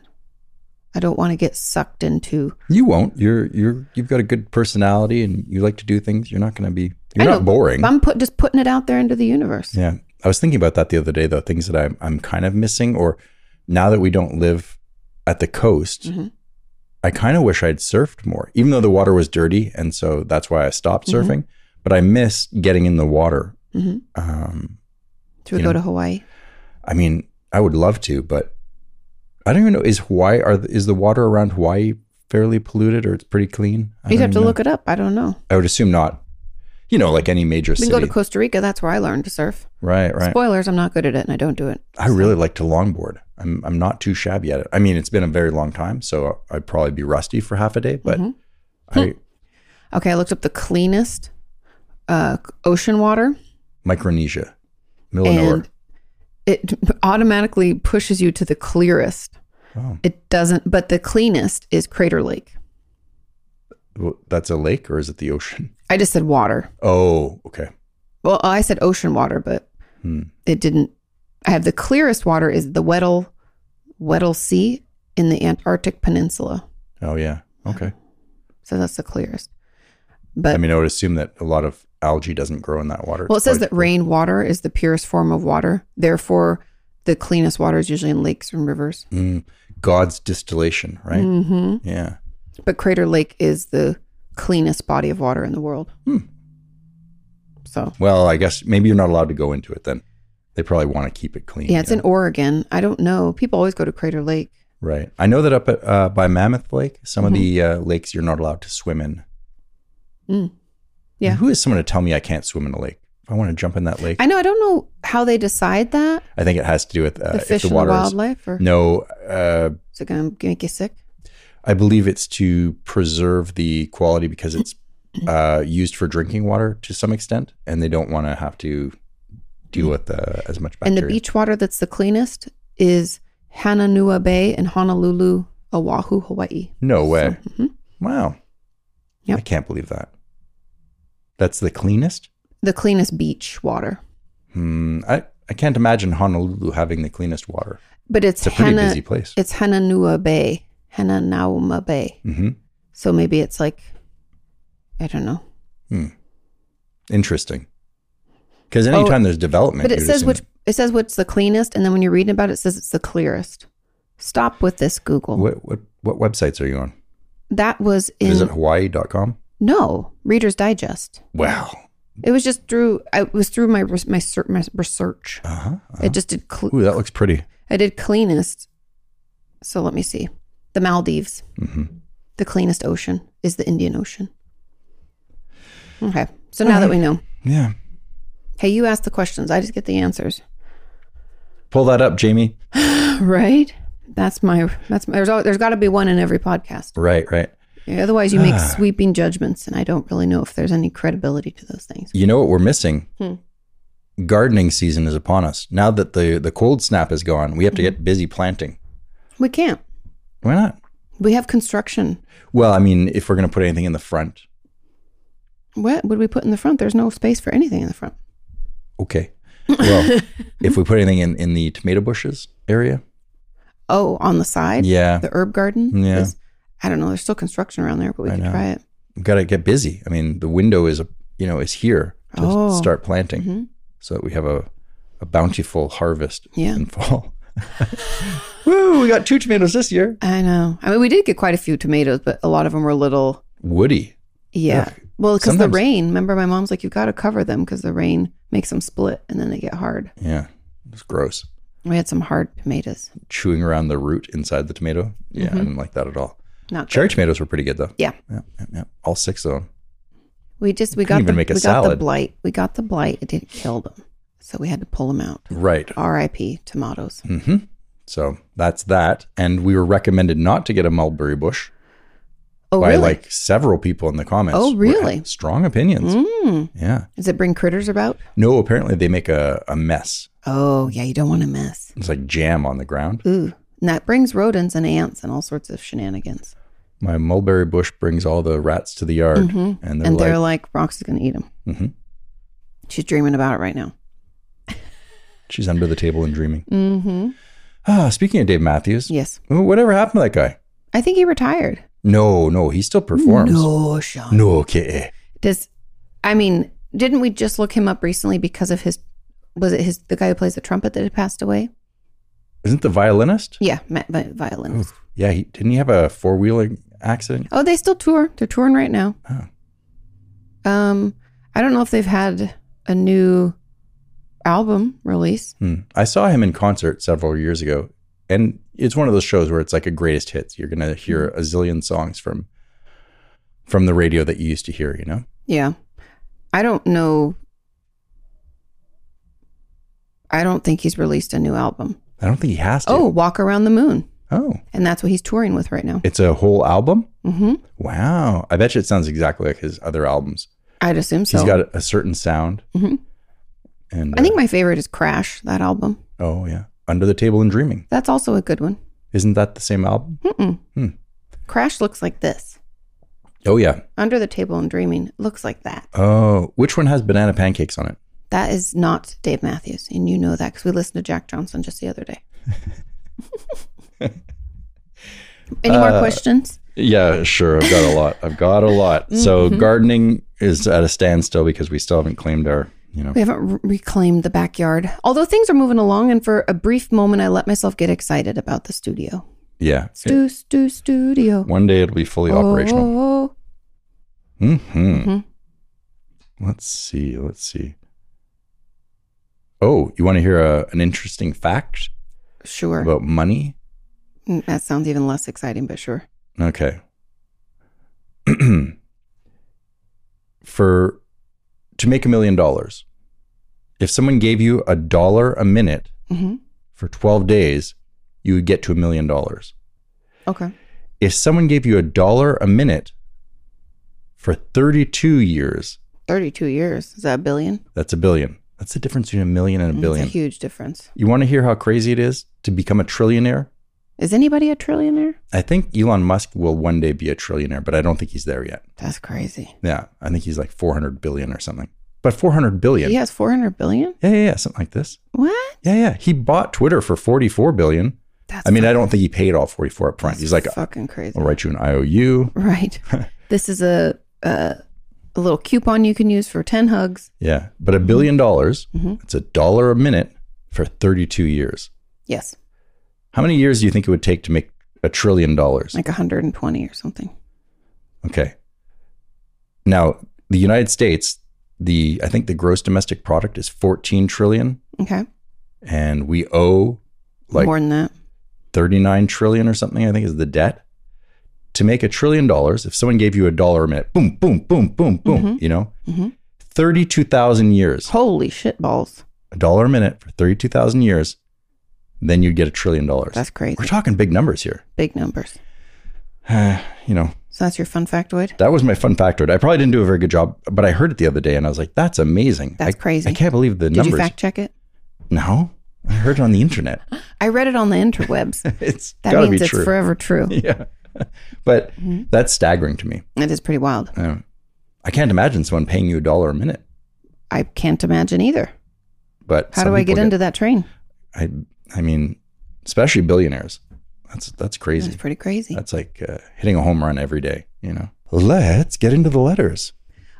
Speaker 2: I don't want to get sucked into
Speaker 1: you won't. You're you're you've got a good personality and you like to do things. You're not going to be. You're
Speaker 2: I
Speaker 1: not
Speaker 2: know,
Speaker 1: boring.
Speaker 2: I'm put just putting it out there into the universe.
Speaker 1: Yeah. I was thinking about that the other day, though, things that I'm, I'm kind of missing, or now that we don't live at the coast,
Speaker 2: Mhm.
Speaker 1: I kind of wish I'd surfed more, even though the water was dirty. And so that's why I stopped
Speaker 2: Mm-hmm.
Speaker 1: surfing. But I miss getting in the water.
Speaker 2: hmm
Speaker 1: Um,
Speaker 2: Should we
Speaker 1: You
Speaker 2: go
Speaker 1: know?
Speaker 2: to Hawaii?
Speaker 1: I mean, I would love to, but I don't even know. Is Hawaii, are, th- is the water around Hawaii fairly polluted or it's pretty clean? I
Speaker 2: You'd
Speaker 1: don't
Speaker 2: have to
Speaker 1: even know.
Speaker 2: look it up. I don't know.
Speaker 1: I would assume not. You know, like any major
Speaker 2: We
Speaker 1: city.
Speaker 2: can go to Costa Rica. That's where I learned to surf.
Speaker 1: right, right.
Speaker 2: Spoilers, I'm not good at it and I don't do it.
Speaker 1: I really like to longboard. I'm I'm not too shabby at it. I mean, it's been a very long time, so I'd probably be rusty for half a day. But
Speaker 2: Mm-hmm. Hmm.
Speaker 1: I
Speaker 2: Okay, I looked up the cleanest uh, ocean water
Speaker 1: Micronesia, middle of nowhere.
Speaker 2: and it automatically pushes you to the clearest.
Speaker 1: Wow,
Speaker 2: It doesn't, but the cleanest is Crater Lake.
Speaker 1: Well, that's a lake or is it the ocean?
Speaker 2: I just said water.
Speaker 1: Oh, okay.
Speaker 2: Well, I said ocean water, but
Speaker 1: Hmm.
Speaker 2: it didn't. I have the clearest water is the Weddell, Weddell Sea in the Antarctic Peninsula.
Speaker 1: Oh yeah. Okay.
Speaker 2: So that's the clearest.
Speaker 1: I
Speaker 2: But
Speaker 1: mean, I would assume that a lot of algae doesn't grow in that water.
Speaker 2: Well, it
Speaker 1: It's
Speaker 2: says
Speaker 1: probably-
Speaker 2: that rain water is the purest form of water. Therefore, the cleanest water is usually in lakes and rivers.
Speaker 1: Mm, God's distillation, right?
Speaker 2: hmm
Speaker 1: Yeah.
Speaker 2: But Crater Lake is the cleanest body of water in the world.
Speaker 1: Hmm.
Speaker 2: So,
Speaker 1: Well, I guess maybe you're not allowed to go into it then. They probably want to keep it clean.
Speaker 2: yeah, it's in Oregon. I don't know. People always go to Crater Lake.
Speaker 1: Right. I know that up at, uh, by Mammoth Lake, some of the uh, lakes you're not allowed to swim in.
Speaker 2: Mm-hmm. Mm. Yeah.
Speaker 1: Who is someone to tell me I can't swim in a lake? If I want to jump in that lake, I,
Speaker 2: I know. I don't know how they decide that.
Speaker 1: think it has to do with uh,
Speaker 2: The
Speaker 1: if
Speaker 2: fish
Speaker 1: the
Speaker 2: and the
Speaker 1: water is.
Speaker 2: wildlife, or
Speaker 1: No, uh,
Speaker 2: is it going to make you sick?
Speaker 1: I believe it's to preserve the quality because it's uh, used for drinking water to some extent, and they don't want to have to deal with uh, as much bacteria.
Speaker 2: And Mm. the beach water that's the cleanest is Hananua Bay in Honolulu, Oahu, Hawaii.
Speaker 1: No way.
Speaker 2: So, mhm.
Speaker 1: Wow.
Speaker 2: Yep.
Speaker 1: I can't believe that. That's the cleanest.
Speaker 2: The cleanest beach water.
Speaker 1: Hmm. I, I can't imagine Honolulu having the cleanest water.
Speaker 2: But
Speaker 1: It's
Speaker 2: it's,
Speaker 1: a pretty
Speaker 2: Hana-
Speaker 1: busy place.
Speaker 2: It's Hananua Bay, Hananauma Bay.
Speaker 1: hmm
Speaker 2: So maybe it's like, I don't know.
Speaker 1: Interesting. Because
Speaker 2: Oh,
Speaker 1: anytime there's development,
Speaker 2: But it
Speaker 1: you'd
Speaker 2: says
Speaker 1: assume
Speaker 2: which it says what's the cleanest, and then when you're reading about it, it says it's the clearest. Stop with this Google.
Speaker 1: What, what what websites are you on?
Speaker 2: That was
Speaker 1: Is
Speaker 2: in
Speaker 1: it Hawaii.com?
Speaker 2: no Reader's Digest.
Speaker 1: Wow.
Speaker 2: It was just through I it was through my res- my, cer- my research.
Speaker 1: Uh huh.
Speaker 2: I just did cle
Speaker 1: Ooh, that looks pretty.
Speaker 2: I did cleanest. So let me see. The Maldives,
Speaker 1: hmm
Speaker 2: the cleanest ocean is the Indian Ocean. Okay. So now that we know.
Speaker 1: Yeah.
Speaker 2: Hey, you ask the questions. I just get the answers.
Speaker 1: Pull that up, Jamie.
Speaker 2: Right? That's my that's my, there's al there's got to be one in every podcast.
Speaker 1: Right, right.
Speaker 2: Otherwise, you make sweeping judgments, and I don't really know if there's any credibility to those things.
Speaker 1: You know what we're missing?
Speaker 2: Hmm.
Speaker 1: Gardening season is upon us. Now that the the cold snap is gone, we have to
Speaker 2: Hmm.
Speaker 1: get busy planting.
Speaker 2: We can't.
Speaker 1: Why not?
Speaker 2: We have construction.
Speaker 1: Well, I mean, if we're going to put anything in the front,
Speaker 2: What would we put in the front? There's no space for anything in the front.
Speaker 1: okay. Well, if we put anything in in the tomato bushes area,
Speaker 2: Oh, on the side,
Speaker 1: yeah,
Speaker 2: the herb garden.
Speaker 1: Yeah.
Speaker 2: is- I don't know. There's still construction around there, but we
Speaker 1: I
Speaker 2: could
Speaker 1: know.
Speaker 2: try it.
Speaker 1: we've got to get busy. I mean, the window is you know is here to
Speaker 2: Oh.
Speaker 1: start planting,
Speaker 2: Mhm.
Speaker 1: so that we have a, a bountiful harvest
Speaker 2: Yeah.
Speaker 1: in fall. Woo! We got two tomatoes this year.
Speaker 2: I know. I mean, we did get quite a few tomatoes, but a lot of them were little.
Speaker 1: Woody.
Speaker 2: Yeah.
Speaker 1: Ugh.
Speaker 2: Well, because the
Speaker 1: Sometimes-
Speaker 2: rain. Remember, my mom's like, you got to cover them because the rain makes them split and then they get hard.
Speaker 1: Yeah, it's gross.
Speaker 2: We had some hard tomatoes.
Speaker 1: Chewing around the root inside the tomato. Yeah, I didn't like that at all.
Speaker 2: Not good.
Speaker 1: Cherry tomatoes were pretty good though.
Speaker 2: Mm-hmm. Yeah.
Speaker 1: Yeah, yeah, yeah. All six of them.
Speaker 2: We just we
Speaker 1: Couldn't
Speaker 2: got the
Speaker 1: even make a
Speaker 2: we got the
Speaker 1: salad.
Speaker 2: blight. We got the blight. It didn't kill them, so we had to pull them out.
Speaker 1: Right. Mm-hmm.
Speaker 2: R.I.P. Tomatoes.
Speaker 1: hmm So that's that. And we were recommended not to get a mulberry bush.
Speaker 2: Oh,
Speaker 1: by
Speaker 2: really?
Speaker 1: like several people in the comments.
Speaker 2: Oh,
Speaker 1: who
Speaker 2: really?
Speaker 1: had Strong opinions.
Speaker 2: Mm.
Speaker 1: Yeah.
Speaker 2: Does it bring critters about?
Speaker 1: No, apparently they make a, a mess.
Speaker 2: Oh, yeah, you don't want to miss.
Speaker 1: It's like jam on the ground.
Speaker 2: Ooh, and that brings rodents and ants and all sorts of shenanigans.
Speaker 1: My mulberry bush brings all the rats to the yard,
Speaker 2: Mhm.
Speaker 1: and they're
Speaker 2: and
Speaker 1: like,
Speaker 2: they're like, Roxy's going to eat them.
Speaker 1: Mhm.
Speaker 2: She's dreaming about it right now.
Speaker 1: she's under the table and dreaming.
Speaker 2: Mm-hmm.
Speaker 1: Ah, speaking of Dave Matthews,
Speaker 2: Yes.
Speaker 1: wh- whatever happened to that guy?
Speaker 2: I think he retired.
Speaker 1: No, no, he still performs.
Speaker 2: No, Sean.
Speaker 1: no okay.
Speaker 2: Does, I mean, didn't we just look him up recently because of his, was it his, the guy who plays the trumpet that had passed away?
Speaker 1: Isn't the violinist?
Speaker 2: Yeah, ma- vi- violinist.
Speaker 1: Yeah, he, didn't he have a four wheeler accident?
Speaker 2: Oh, they still tour. They're touring right now.
Speaker 1: Oh.
Speaker 2: Um, I don't know if they've had a new album release.
Speaker 1: Hmm. I saw him in concert several years ago, and it's one of those shows where it's like a greatest hits. You're gonna hear
Speaker 2: Hmm.
Speaker 1: a zillion songs from from the radio that you used to hear. You know,
Speaker 2: Yeah. I don't know. I don't think he's released a new album.
Speaker 1: I don't think he has to.
Speaker 2: Oh, Walk Around the Moon.
Speaker 1: oh,
Speaker 2: And that's what he's touring with right now.
Speaker 1: it's a whole album.
Speaker 2: hmm
Speaker 1: Wow, I bet you it sounds exactly like his other albums.
Speaker 2: I'd assume so.
Speaker 1: He's got a certain sound,
Speaker 2: Mhm.
Speaker 1: and
Speaker 2: I think
Speaker 1: uh,
Speaker 2: my favorite is Crash, that album.
Speaker 1: oh yeah, Under the Table and Dreaming.
Speaker 2: That's also a good one.
Speaker 1: Isn't that the same album?
Speaker 2: Mm-mm.
Speaker 1: Hmm.
Speaker 2: Crash looks like this.
Speaker 1: Oh yeah.
Speaker 2: Under the Table and Dreaming looks like that.
Speaker 1: Oh, which one has banana pancakes on it?
Speaker 2: That is not Dave Matthews. And you know that because we listened to Jack Johnson just the other day. Any more
Speaker 1: Uh,
Speaker 2: questions?
Speaker 1: Yeah, sure. I've got a lot. I've got a lot. So
Speaker 2: Mm-hmm.
Speaker 1: gardening is at a standstill because we still haven't claimed our, you know.
Speaker 2: We haven't re- reclaimed the backyard. Although things are moving along, and for a brief moment, I let myself get excited about the studio.
Speaker 1: Yeah.
Speaker 2: Stu, stu, studio.
Speaker 1: One day it'll be fully operational.
Speaker 2: Oh,
Speaker 1: hmm
Speaker 2: Mhm. Mm-hmm.
Speaker 1: Let's see. Let's see. Oh, you want to hear a, an interesting fact
Speaker 2: sure.
Speaker 1: about money?
Speaker 2: Mm, that sounds even less exciting, but sure.
Speaker 1: Okay. For to make a million dollars, if someone gave you a dollar a minute
Speaker 2: hmm
Speaker 1: for 12 days, you would get to a million dollars.
Speaker 2: Okay.
Speaker 1: If someone gave you a dollar a minute for 32 years,
Speaker 2: 32 years. Is that a billion?
Speaker 1: that's a billion. That's the difference between a million and a billion.
Speaker 2: That's a huge difference.
Speaker 1: you want to hear how crazy it is to become a trillionaire?
Speaker 2: Is anybody a trillionaire?
Speaker 1: I think Elon Musk will one day be a trillionaire, but I don't think he's there yet.
Speaker 2: That's crazy.
Speaker 1: Yeah, I think he's like 400 billion or something. But 400 billion?
Speaker 2: He has 400 billion?
Speaker 1: Yeah, yeah, yeah, something like this.
Speaker 2: What?
Speaker 1: Yeah, yeah. He bought Twitter for 44 billion.
Speaker 2: That's
Speaker 1: I mean, I don't think he paid all 44 up front. He's like,
Speaker 2: fucking crazy.
Speaker 1: I'll write you an IOU.
Speaker 2: Right. this is a, a a little coupon you can use for 10 hugs.
Speaker 1: Yeah. But a billion dollars,
Speaker 2: Mhm.
Speaker 1: it's a dollar a minute for 32 years.
Speaker 2: Yes.
Speaker 1: How many years do you think it would take to make a trillion dollars?
Speaker 2: Like 120 or something.
Speaker 1: Okay. Now, the United States, the I think the gross domestic product is 14 trillion
Speaker 2: Okay.
Speaker 1: and we owe like
Speaker 2: More than that.
Speaker 1: 39 trillion or something, I think is the debt. To make a trillion dollars, if someone gave you a dollar a minute, boom, boom, boom, boom, boom, you know,
Speaker 2: Mhm.
Speaker 1: 32,000 years,
Speaker 2: Holy shit balls.
Speaker 1: a dollar a minute for 32,000 years, then you'd get a trillion dollars.
Speaker 2: That's crazy.
Speaker 1: We're talking big numbers here.
Speaker 2: Big numbers.
Speaker 1: You know,
Speaker 2: So that's your fun factoid?
Speaker 1: that was my fun factoid. I probably didn't do a very good job, but I heard it the other day and I was like, that's amazing.
Speaker 2: That's
Speaker 1: I-
Speaker 2: crazy.
Speaker 1: I can't believe the
Speaker 2: Did
Speaker 1: numbers.
Speaker 2: you fact check it?
Speaker 1: no, I heard it on the internet.
Speaker 2: I read it on the interwebs.
Speaker 1: It's
Speaker 2: That
Speaker 1: gotta
Speaker 2: means
Speaker 1: be
Speaker 2: it's Mm-hmm.
Speaker 1: true.
Speaker 2: forever true.
Speaker 1: yeah. but that's staggering to me.
Speaker 2: It is pretty wild.
Speaker 1: Uh, I can't imagine someone paying you a dollar a minute.
Speaker 2: I can't imagine either.
Speaker 1: But
Speaker 2: How
Speaker 1: some
Speaker 2: do I
Speaker 1: people
Speaker 2: get into that train?
Speaker 1: I I mean, especially billionaires. That's that's crazy.
Speaker 2: It's pretty crazy.
Speaker 1: That's like uh, hitting a home run every day. You know. Let's get into the letters.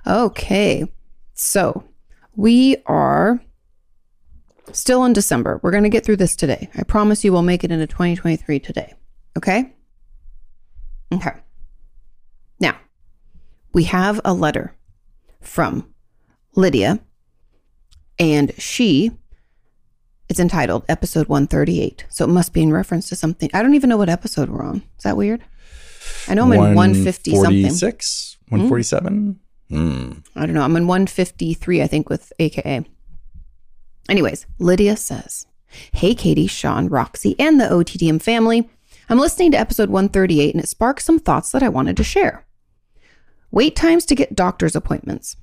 Speaker 2: Okay. So we are still in December. We're going to get through this today. I promise you we'll make it into 2023 today. Okay. Okay. Now we have a letter from Lydia, and she. It's entitled Episode 138. So it must be in reference to something. I don't even know what episode we're on. Is that weird? I know I'm in 150 something.
Speaker 1: 146, 147. Hmm.
Speaker 2: I don't know. I'm in 153, I think, with AKA. Anyways, Lydia says, Hey, Katie, Sean, Roxy, and the OTDM family. I'm listening to episode 138 and it sparked some thoughts that I wanted to share. Wait times to get doctor's appointments.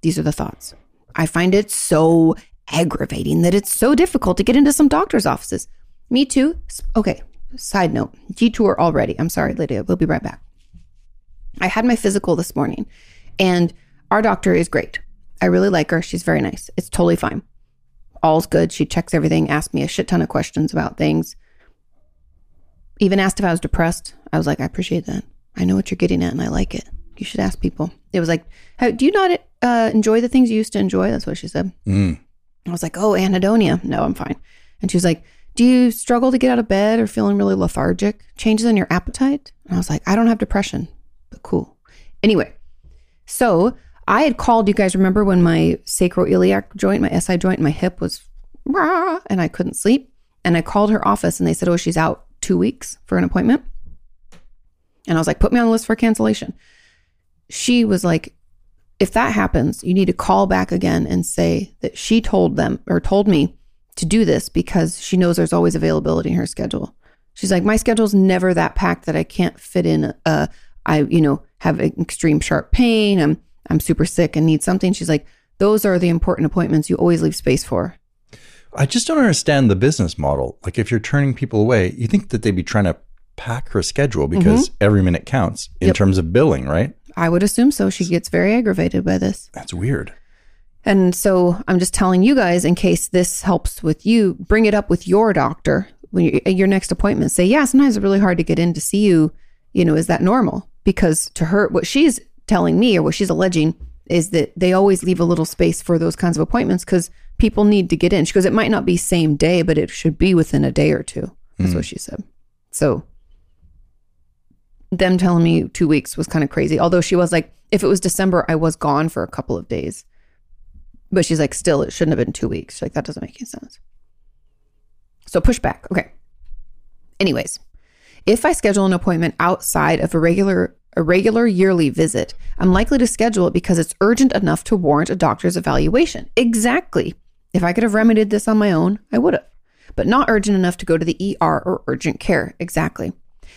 Speaker 2: These are the thoughts. I find it so aggravating that it's so difficult to get into some doctor's offices. Me too. S- Okay, side note detour already. I'm sorry, Lydia. We'll be right back. I had my physical this morning and our doctor is great. I really like her. She's very nice. It's totally fine. All's good. She checks everything, asked me a shit ton of questions about things even asked if I was depressed. I was like, I appreciate that. I know what you're getting at and I like it. You should ask people. It was like, How, do you not uh, enjoy the things you used to enjoy? That's what she said.
Speaker 1: Mm.
Speaker 2: I was like, oh, anhedonia. No, I'm fine. And she was like, do you struggle to get out of bed or feeling really lethargic? Changes in your appetite? And I was like, I don't have depression, but cool. Anyway, so I had called, you guys remember when my sacroiliac joint, my SI joint, my hip was rah, and I couldn't sleep. And I called her office and they said, oh, she's out two weeks for an appointment. And I was like, put me on the list for cancellation. She was like, if that happens, you need to call back again and say that she told them or told me to do this because she knows there's always availability in her schedule. She's like, my schedule's never that packed that I can't fit in. Uh, I, you know, have extreme sharp pain. I'm, I'm super sick and need something. She's like, those are the important appointments you always leave space for.
Speaker 1: I just don't understand the business model. Like, if you're turning people away, you think that they'd be trying to pack her schedule because every minute counts in
Speaker 2: Mm-hmm. Yep.
Speaker 1: terms of billing, right?
Speaker 2: I would assume so. She gets very aggravated by this.
Speaker 1: That's weird.
Speaker 2: And so I'm just telling you guys in case this helps with you, bring it up with your doctor when you, at your next appointment. Say, yeah, sometimes it's really hard to get in to see you. You know, is that normal? Because to her, what she's telling me or what she's alleging is that they always leave a little space for those kinds of appointments because people need to get in. She goes, it might not be same day, but it should be within a day or two. That's what she said. So them telling me two weeks was kind of crazy. Although she was like, if it was December, I was gone for a couple of days. But she's like, still, it shouldn't have been two weeks. She's like, that doesn't make any sense. So push back. Okay. Anyways, if I schedule an appointment outside of a regular a regular yearly visit, I'm likely to schedule it because it's urgent enough to warrant a doctor's evaluation. Exactly. If I could have remedied this on my own, I would have. But not urgent enough to go to the ER or urgent care. Exactly.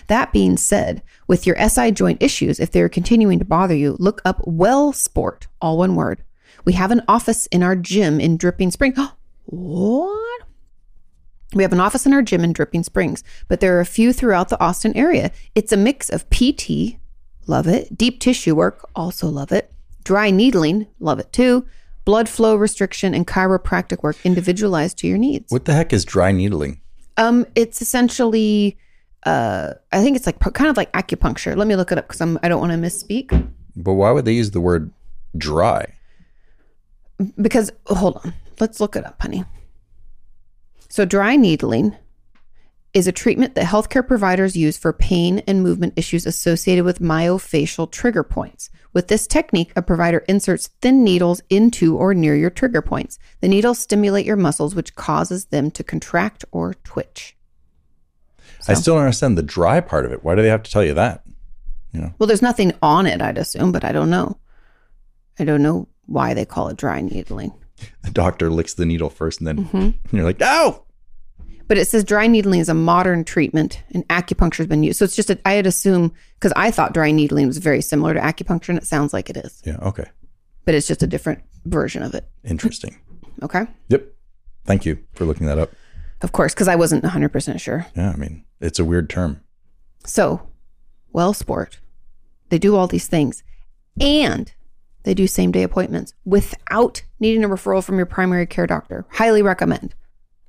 Speaker 2: That being said, with your SI joint issues, if they are continuing to bother you, look up Well Sport, all one word. We have an office in our gym in Dripping Spring. what? We have an office in our gym in Dripping Springs, but there are a few throughout the Austin area. It's a mix of PT, love it, deep tissue work, also love it, dry needling, love it too, blood flow restriction, and chiropractic work individualized to your needs.
Speaker 1: What the heck is dry needling?
Speaker 2: Um, it's essentially, uh, I think it's like kind of like acupuncture. Let me look it up because I'm I don't want to misspeak
Speaker 1: But why would they use the word dry?
Speaker 2: because hold on, let's look it up, honey. So dry needling is a treatment that healthcare providers use for pain and movement issues associated with myofacial trigger points. With this technique, a provider inserts thin needles into or near your trigger points. The needles stimulate your muscles, which causes them to contract or twitch.
Speaker 1: I still don't understand the dry part of it. Why do they have to tell you that?
Speaker 2: Well, there's nothing on it, I'd assume, but I don't know. I don't know why they call it dry needling.
Speaker 1: The doctor licks the needle first and then
Speaker 2: Mm-hmm.
Speaker 1: you're like, oh,
Speaker 2: But it says dry needling is a modern treatment and acupuncture has been used. So it's just, that I had assumed, because I thought dry needling was very similar to acupuncture and it sounds like it is,
Speaker 1: yeah, okay.
Speaker 2: but it's just a different version of it.
Speaker 1: Interesting.
Speaker 2: Okay.
Speaker 1: Yep. Thank you for looking that up.
Speaker 2: Of course, because I wasn't 100% sure.
Speaker 1: Yeah, I mean, it's a weird term.
Speaker 2: So, well, sport, they do all these things and they do same day appointments without needing a referral from your primary care doctor. Highly recommend.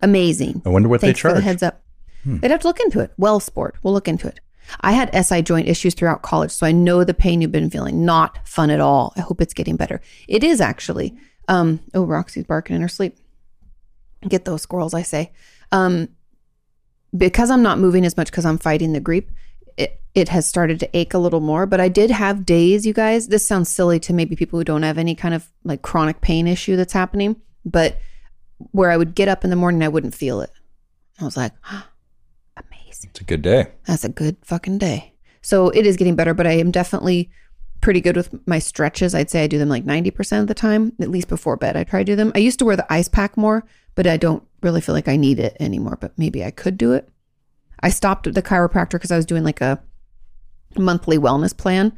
Speaker 2: Amazing.
Speaker 1: I wonder what
Speaker 2: Thanks
Speaker 1: they charge.
Speaker 2: for
Speaker 1: Hmm.
Speaker 2: the heads up. They'd have to look into it. Well, sport, we'll look into it. I had SI joint issues throughout college, so I know the pain you've been feeling. Not fun at all. I hope it's getting better. It is actually. Um, oh, Roxy's barking in her sleep. Get those squirrels, I say. Um, because I'm not moving as much because I'm fighting the grief, it, it has started to ache a little more. But I did have days, you guys. This sounds silly to maybe people who don't have any kind of like chronic pain issue that's happening, but where I would get up in the morning, I wouldn't feel it. I was like, amazing.
Speaker 1: It's a good day.
Speaker 2: That's a good fucking day. So it is getting better, but I am definitely pretty good with my stretches. I'd say I do them like 90% of the time, at least before bed. I try to do them. I used to wear the ice pack more, but I don't really feel like I need it anymore, but maybe I could do it. I stopped at the chiropractor because I was doing like a monthly wellness plan.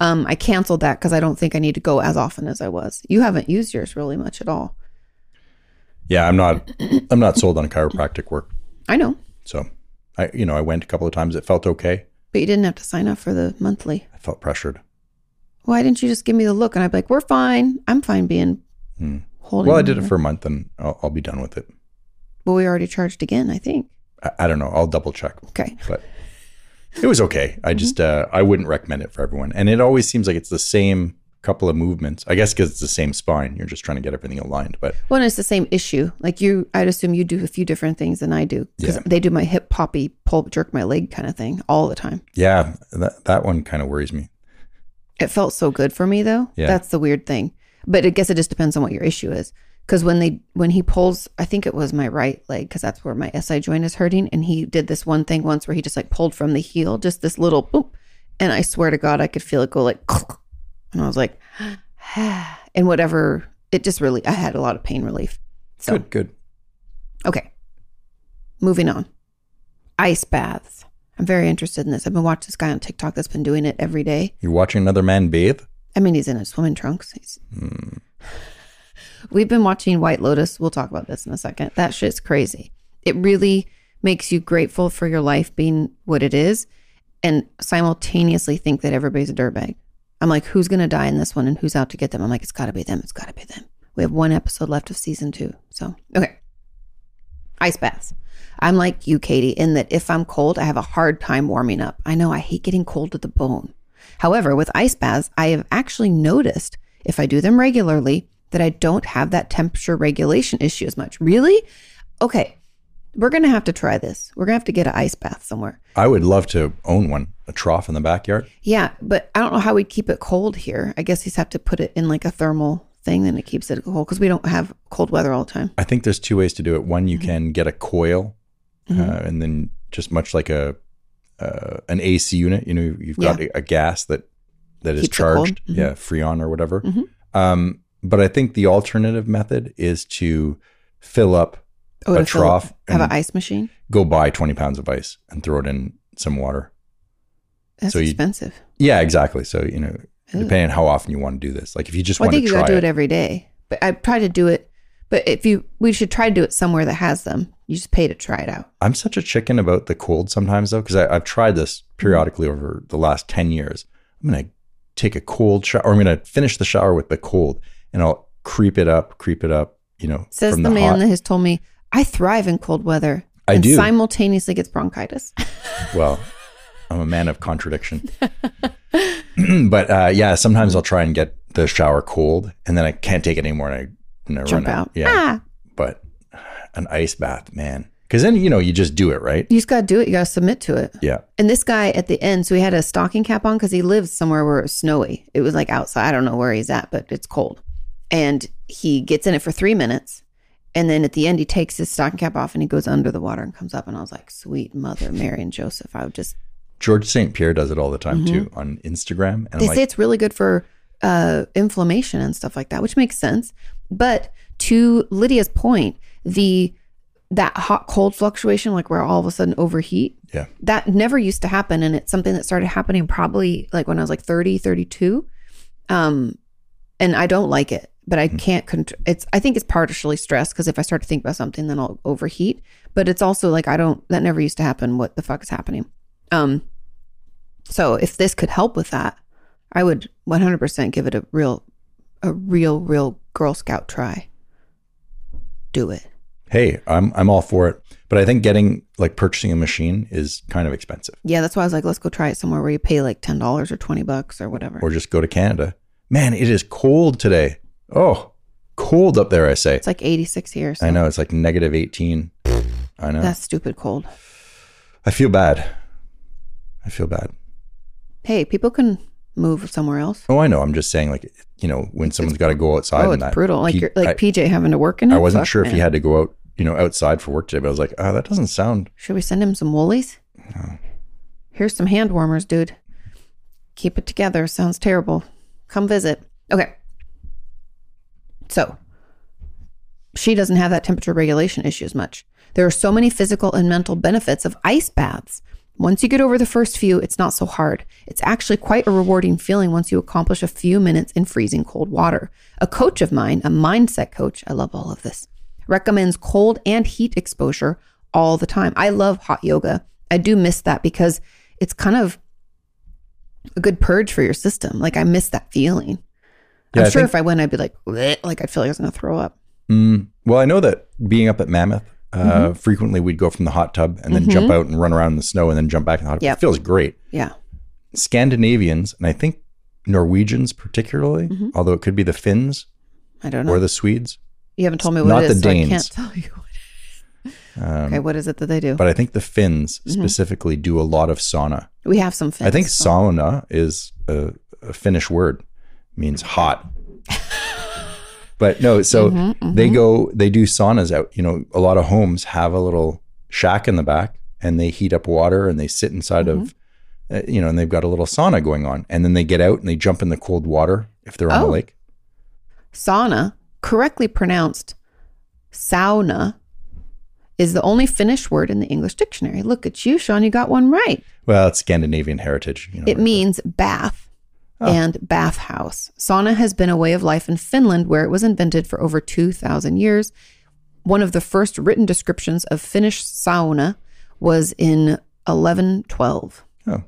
Speaker 2: Um, I canceled that because I don't think I need to go as often as I was. You haven't used yours really much at all.
Speaker 1: Yeah, I'm not I'm not sold on chiropractic work.
Speaker 2: I know,
Speaker 1: So I you know, I went a couple of times, it felt okay.
Speaker 2: but you didn't have to sign up for the monthly.
Speaker 1: I felt pressured.
Speaker 2: Why didn't you just give me the look? And I'd be like, we're fine. I'm fine being
Speaker 1: Hmm.
Speaker 2: holding.
Speaker 1: Well, I did it
Speaker 2: on.
Speaker 1: for a month and I'll, I'll be done with it.
Speaker 2: But we already charged again, I think.
Speaker 1: I, I don't know. I'll double check.
Speaker 2: Okay.
Speaker 1: but it was okay. I just
Speaker 2: Mm-hmm.
Speaker 1: uh, I wouldn't recommend it for everyone. And it always seems like it's the same couple of movements. I guess because it's the same spine, you're just trying to get everything aligned. But
Speaker 2: Well, and it's the same issue. Like you, I'd assume you do a few different things than I do because
Speaker 1: Yeah.
Speaker 2: they do my hip poppy, pull, jerk my leg kind of thing all the time.
Speaker 1: yeah, that that one kind of worries me.
Speaker 2: It felt so good for me though.
Speaker 1: Yeah.
Speaker 2: That's the weird thing. But I guess it just depends on what your issue is. Because when they when he pulls, I think it was my right leg because that's where my SI joint is hurting. And he did this one thing once where he just like pulled from the heel, just this little boop. And I swear to God, I could feel it go like, and I was like, and whatever. It just really, I had a lot of pain relief. So
Speaker 1: Good, good.
Speaker 2: Okay. Moving on. Ice baths. I'm very interested in this. I've been watching this guy on TikTok that's been doing it every day.
Speaker 1: You're watching another man bathe.
Speaker 2: I mean, he's in his swimming trunks. He's,
Speaker 1: Hmm.
Speaker 2: we've been watching White Lotus. We'll talk about this in a second. That shit's crazy. It really makes you grateful for your life being what it is and simultaneously think that everybody's a dirtbag. I'm like, who's going to die in this one and who's out to get them? I'm like, it's got to be them. It's got to be them. We have one episode left of season two. So, okay. Ice baths. I'm like you, Katie, in that if I'm cold, I have a hard time warming up. I know I hate getting cold to the bone. However, with ice baths, I have actually noticed if I do them regularly that I don't have that temperature regulation issue as much. Really? Okay. We're going to have to try this. We're going to have to get an ice bath somewhere.
Speaker 1: I would love to own one, a trough in the backyard.
Speaker 2: Yeah, but I don't know how we'd keep it cold here. I guess he's have to put it in like a thermal thing, then it keeps it cold because we don't have cold weather all the time.
Speaker 1: I think there's two ways to do it. One,
Speaker 2: Mm-hmm.
Speaker 1: you can get a coil, uh, and then just much like a uh, an AC unit, you know, you've got
Speaker 2: Yeah.
Speaker 1: a, a gas that that is
Speaker 2: Keeps it cold.
Speaker 1: charged,
Speaker 2: Mhm.
Speaker 1: yeah, freon or whatever.
Speaker 2: Mhm.
Speaker 1: Um, but I think the alternative method is to fill up,
Speaker 2: Oh,
Speaker 1: A
Speaker 2: to fill-
Speaker 1: trough
Speaker 2: have an
Speaker 1: and-
Speaker 2: ice machine.
Speaker 1: go buy 20 pounds of ice, and throw it in some water.
Speaker 2: That's
Speaker 1: So you-
Speaker 2: expensive.
Speaker 1: Yeah, exactly. So you know,
Speaker 2: Ooh.
Speaker 1: depending on how often you want to do this, like if you just
Speaker 2: Well, I
Speaker 1: want
Speaker 2: think
Speaker 1: to
Speaker 2: you
Speaker 1: try
Speaker 2: gotta do
Speaker 1: it,
Speaker 2: it. every day, but I try to do it. But if you, we should try to do it somewhere that has them. You just pay to try it out.
Speaker 1: I'm such a chicken about the cold sometimes though, because I've tried this periodically over the last 10 years. I'm gonna take a cold shower, or I'm gonna finish the shower with the cold, and I'll creep it up, creep it up, you know,
Speaker 2: Says the, man that has told me I thrive in cold weather.
Speaker 1: I
Speaker 2: and
Speaker 1: do.
Speaker 2: Simultaneously gets bronchitis.
Speaker 1: well, I'm a man of contradiction. but uh, yeah, sometimes I'll try and get the shower cold, and then I can't take it anymore, and I, and I
Speaker 2: Jump
Speaker 1: run out.
Speaker 2: out.
Speaker 1: Yeah,
Speaker 2: Ah,
Speaker 1: but an ice bath, man, because then you know you just do it, right?
Speaker 2: you just gotta do it. You gotta submit to it.
Speaker 1: Yeah,
Speaker 2: And this guy at the end, so he had a stocking cap on because he lives somewhere where it was snowy. It was like outside. I don't know where he's at, but it's cold. And he gets in it for three minutes. And then at the end, he takes his stocking cap off and he goes under the water and comes up. And I was like, sweet mother, Mary and Joseph. I would just,
Speaker 1: George St. Pierre does it all the time too
Speaker 2: Mm-hmm.
Speaker 1: on Instagram, and
Speaker 2: they
Speaker 1: I'm like,
Speaker 2: say it's really good for uh, inflammation and stuff like that, which makes sense. But to Lydia's point, the, that hot cold fluctuation, like where all of a sudden overheat,
Speaker 1: yeah.
Speaker 2: that never used to happen and it's something that started happening probably like when i was like 30 32 um and i don't like it but
Speaker 1: Mm-hmm.
Speaker 2: i can't contr- it's i think it's partially stress because if i start to think about something then i'll overheat but it's also like i don't that never used to happen what the fuck is happening um so if this could help with that i would 100% give it a real a real real girl scout try do it
Speaker 1: hey, I'm I'm all for it. But I think getting like purchasing a machine is kind of expensive.
Speaker 2: yeah that's why i was like let's go try it somewhere where you pay like $10 or 20 bucks or whatever
Speaker 1: Or just go to Canada. Man, it is cold today. Oh, cold up there, I say.
Speaker 2: It's like 86 here. So
Speaker 1: I know it's like negative 18. I know.
Speaker 2: That's stupid cold.
Speaker 1: I feel bad. I feel bad.
Speaker 2: Hey, people can move somewhere else.
Speaker 1: Oh, I know. I'm just saying like, you know, when someone's got to go outside
Speaker 2: oh,
Speaker 1: and
Speaker 2: it's
Speaker 1: that
Speaker 2: brutal. Like
Speaker 1: P-
Speaker 2: you're like PJ having to work in
Speaker 1: I,
Speaker 2: it.
Speaker 1: I wasn't
Speaker 2: Fuck,
Speaker 1: sure if he
Speaker 2: man.
Speaker 1: had to go out, you know, outside for work today, but I was like, oh, that doesn't sound
Speaker 2: Should we send him some woolies? Here's some hand warmers, dude. Keep it together. Sounds terrible. Come visit. Okay. So she doesn't have that temperature regulation issue as much. There are so many physical and mental benefits of ice baths. Once you get over the first few, it's not so hard. It's actually quite a rewarding feeling once you accomplish a few minutes in freezing cold water. A coach of mine, a mindset coach, I love all of this, recommends cold and heat exposure all the time. I love hot yoga. I do miss that because it's kind of a good purge for your system. Like I miss that feeling.
Speaker 1: Yeah,
Speaker 2: I'm
Speaker 1: I
Speaker 2: sure
Speaker 1: think-
Speaker 2: if I went, I'd be like, "Bleh," like I'd feel like I was gonna throw up.
Speaker 1: Mm, well, I know that being up at Mammoth, uh, frequently we'd go from the hot tub and then jump out and run around in the snow and then jump back in the hot tub.
Speaker 2: Yep.
Speaker 1: It feels great.
Speaker 2: Yeah.
Speaker 1: Scandinavians, and I think Norwegians particularly, although it could be the Finns
Speaker 2: I don't
Speaker 1: or
Speaker 2: know.
Speaker 1: the Swedes,
Speaker 2: You haven't told me what
Speaker 1: not
Speaker 2: it is,
Speaker 1: the
Speaker 2: so I
Speaker 1: Danes. Um,
Speaker 2: can't tell you. What okay, what is it that they do?
Speaker 1: but I think the Finns specifically do a lot of sauna.
Speaker 2: We have some fins.
Speaker 1: I think sauna is a, a Finnish word, means hot. but no, so
Speaker 2: Mm-hmm,
Speaker 1: they go, they do saunas out. You know, a lot of homes have a little shack in the back and they heat up water and they sit inside of,
Speaker 2: Mm-hmm.
Speaker 1: uh, you know, and they've got a little sauna going on. And then they get out and they jump in the cold water if they're on the
Speaker 2: Oh.
Speaker 1: lake.
Speaker 2: sauna, correctly pronounced sauna, is the only Finnish word in the English dictionary. Look at you, Sean. You got one right.
Speaker 1: Well, it's Scandinavian heritage. You know,
Speaker 2: It means bath
Speaker 1: Oh.
Speaker 2: and bathhouse. Sauna has been a way of life in Finland where it was invented for over 2,000 years. One of the first written descriptions of Finnish sauna was in 1112.
Speaker 1: Oh,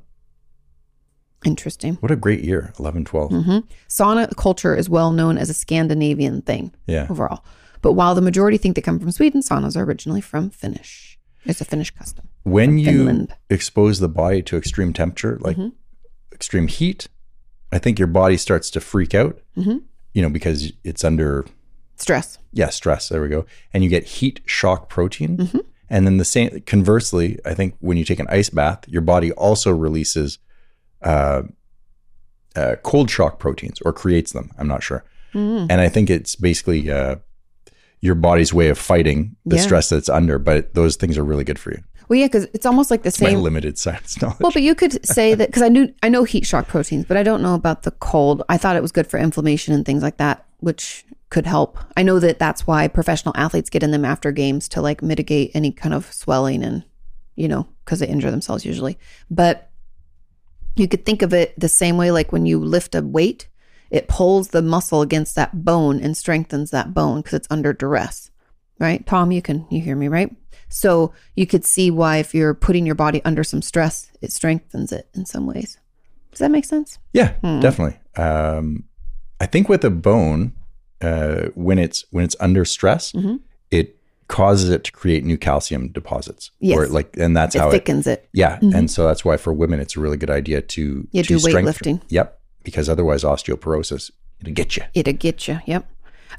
Speaker 2: Interesting.
Speaker 1: what a great year, 11, 12.
Speaker 2: Mm. Sauna culture is well known as a Scandinavian thing
Speaker 1: Yeah.
Speaker 2: overall. But while the majority think they come from Sweden, saunas are originally from Finnish. It's a Finnish custom.
Speaker 1: when you
Speaker 2: Finland.
Speaker 1: expose the body to extreme temperature, like extreme heat, I think your body starts to freak out, you know, because it's under,
Speaker 2: Stress.
Speaker 1: yeah, stress. There we go. And you get heat shock protein. And then the same, conversely, I think when you take an ice bath, your body also releases uh, uh, cold shock proteins or creates them. I'm not sure. And I think it's basically uh, your body's way of fighting the
Speaker 2: Yeah.
Speaker 1: stress that's under, but those things are really good for you.
Speaker 2: Well, yeah, because it's almost like the
Speaker 1: My
Speaker 2: same.
Speaker 1: limited science knowledge.
Speaker 2: Well, but you could say that because I knew I know heat shock proteins, but I don't know about the cold. I thought it was good for inflammation and things like that, which could help. I know that that's why professional athletes get in them after games to like mitigate any kind of swelling and you know because they injure themselves usually. But you could think of it the same way, like when you lift a weight, it pulls the muscle against that bone and strengthens that bone because it's under duress right? Tom, you can you hear me, right? So you could see why if you're putting your body under some stress, it strengthens it in some ways. Does that make sense?
Speaker 1: Yeah,
Speaker 2: hmm.
Speaker 1: definitely. Um, I think with a bone, uh, when it's when it's under stress,
Speaker 2: Mm-hmm.
Speaker 1: it causes it to create new calcium deposits.
Speaker 2: Yes.
Speaker 1: Or like, and that's
Speaker 2: It
Speaker 1: how it.
Speaker 2: thickens it.
Speaker 1: Yeah, and so that's why for women, it's a really good idea to
Speaker 2: Yeah,
Speaker 1: to
Speaker 2: do
Speaker 1: strengthen-
Speaker 2: weightlifting.
Speaker 1: Yep, because otherwise osteoporosis it'll get you.
Speaker 2: It'll get you. Yep.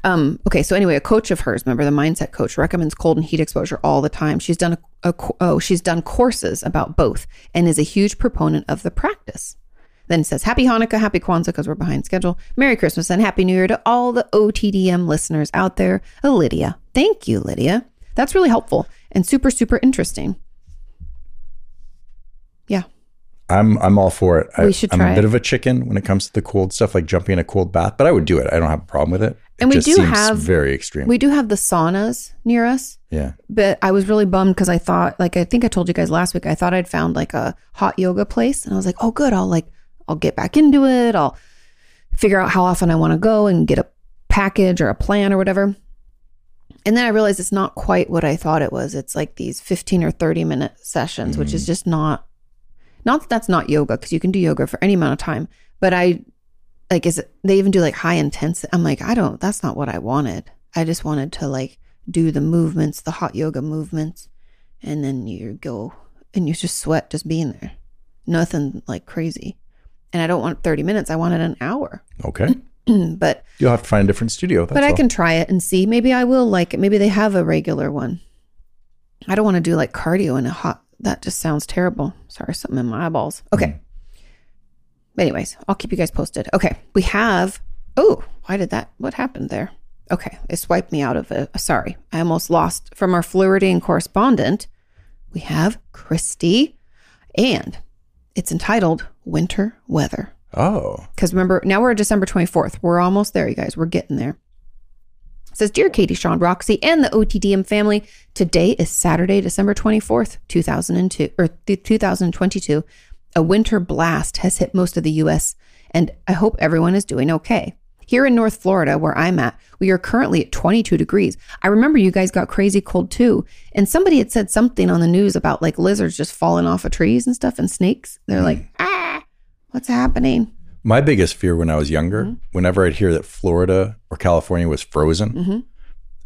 Speaker 2: Um, okay, so anyway, a coach of hers, remember the mindset coach, recommends cold and heat exposure all the time. She's done a, a co- oh, she's done courses about both and is a huge proponent of the practice. Then it says, Happy Hanukkah, Happy Kwanzaa, because we're behind schedule. Merry Christmas and Happy New Year to all the OTDM listeners out there. Oh, Lydia. Thank you, Lydia. That's really helpful and super, super interesting. Yeah.
Speaker 1: I'm I'm all for it. I,
Speaker 2: We should
Speaker 1: I'm
Speaker 2: try
Speaker 1: a
Speaker 2: it.
Speaker 1: bit of a chicken when it comes to the cold stuff, like jumping in a cold bath, but I would do it. I don't have a problem with it. It
Speaker 2: And we
Speaker 1: just
Speaker 2: do
Speaker 1: seems
Speaker 2: have-
Speaker 1: very extreme.
Speaker 2: We do have the saunas near us.
Speaker 1: yeah.
Speaker 2: but I was really bummed because I thought, like, I think I told you guys last week, I thought I'd found like a hot yoga place, and I was like, oh, good, I'll like, I'll get back into it. I'll figure out how often I want to go and get a package or a plan or whatever. And then I realized it's not quite what I thought it was. It's like these 15 or 30 minute sessions, which is just not, not that that's not yoga because you can do yoga for any amount of time. But I, like, is it, they even do like high intensity? I'm like, I don't, that's not what I wanted. I just wanted to like do the movements, the hot yoga movements. And then you go and you just sweat just being there. Nothing like crazy. And I don't want 30 minutes. I wanted an hour.
Speaker 1: Okay.
Speaker 2: but
Speaker 1: You'll have to find a different studio. That's
Speaker 2: but I
Speaker 1: all.
Speaker 2: can try it and see. Maybe I will like it. Maybe they have a regular one. I don't want to do like cardio in a hot. That just sounds terrible. Sorry, something in my eyeballs. Okay. Anyways, I'll keep you guys posted. Okay, we have. Oh, why did that? What happened there? Okay, it swiped me out of a. Sorry, I almost lost from our Floridian correspondent. We have Christy, and it's entitled "Winter Weather."
Speaker 1: Oh.
Speaker 2: Because remember, now we're December 24th. We're almost there, you guys. We're getting there. says, Dear Katie, Sean, Roxy, and the OTDM family, today is Saturday, December 24th, 2002, or th- 2022. A winter blast has hit most of the U.S., and I hope everyone is doing okay. Here in North Florida, where I'm at, we are currently at 22 degrees. I remember you guys got crazy cold too. And somebody had said something on the news about like lizards just falling off of trees and stuff and snakes. They're like, ah, what's happening?
Speaker 1: My biggest fear when I was younger,
Speaker 2: Mm-hmm.
Speaker 1: whenever I'd hear that Florida or California was frozen,
Speaker 2: Mm-hmm.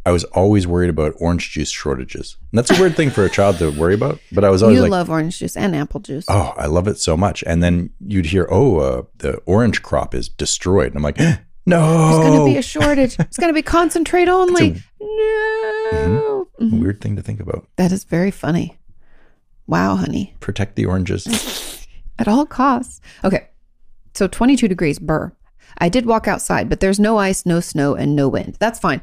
Speaker 1: I was always worried about orange juice shortages. And that's a weird thing for a child to worry about, but I was always
Speaker 2: You
Speaker 1: like,
Speaker 2: love orange juice and apple juice.
Speaker 1: oh, I love it so much. And then you'd hear, oh, uh, the orange crop is destroyed. And I'm like, no.
Speaker 2: It's going to be a shortage. it's going to be concentrate only.
Speaker 1: Mm-hmm.
Speaker 2: No. Mhm.
Speaker 1: weird thing to think about.
Speaker 2: That is very funny. Wow, honey.
Speaker 1: Protect the oranges.
Speaker 2: At all costs. Okay. So 22 degrees, burr. I did walk outside, but there's no ice, no snow, and no wind. That's fine.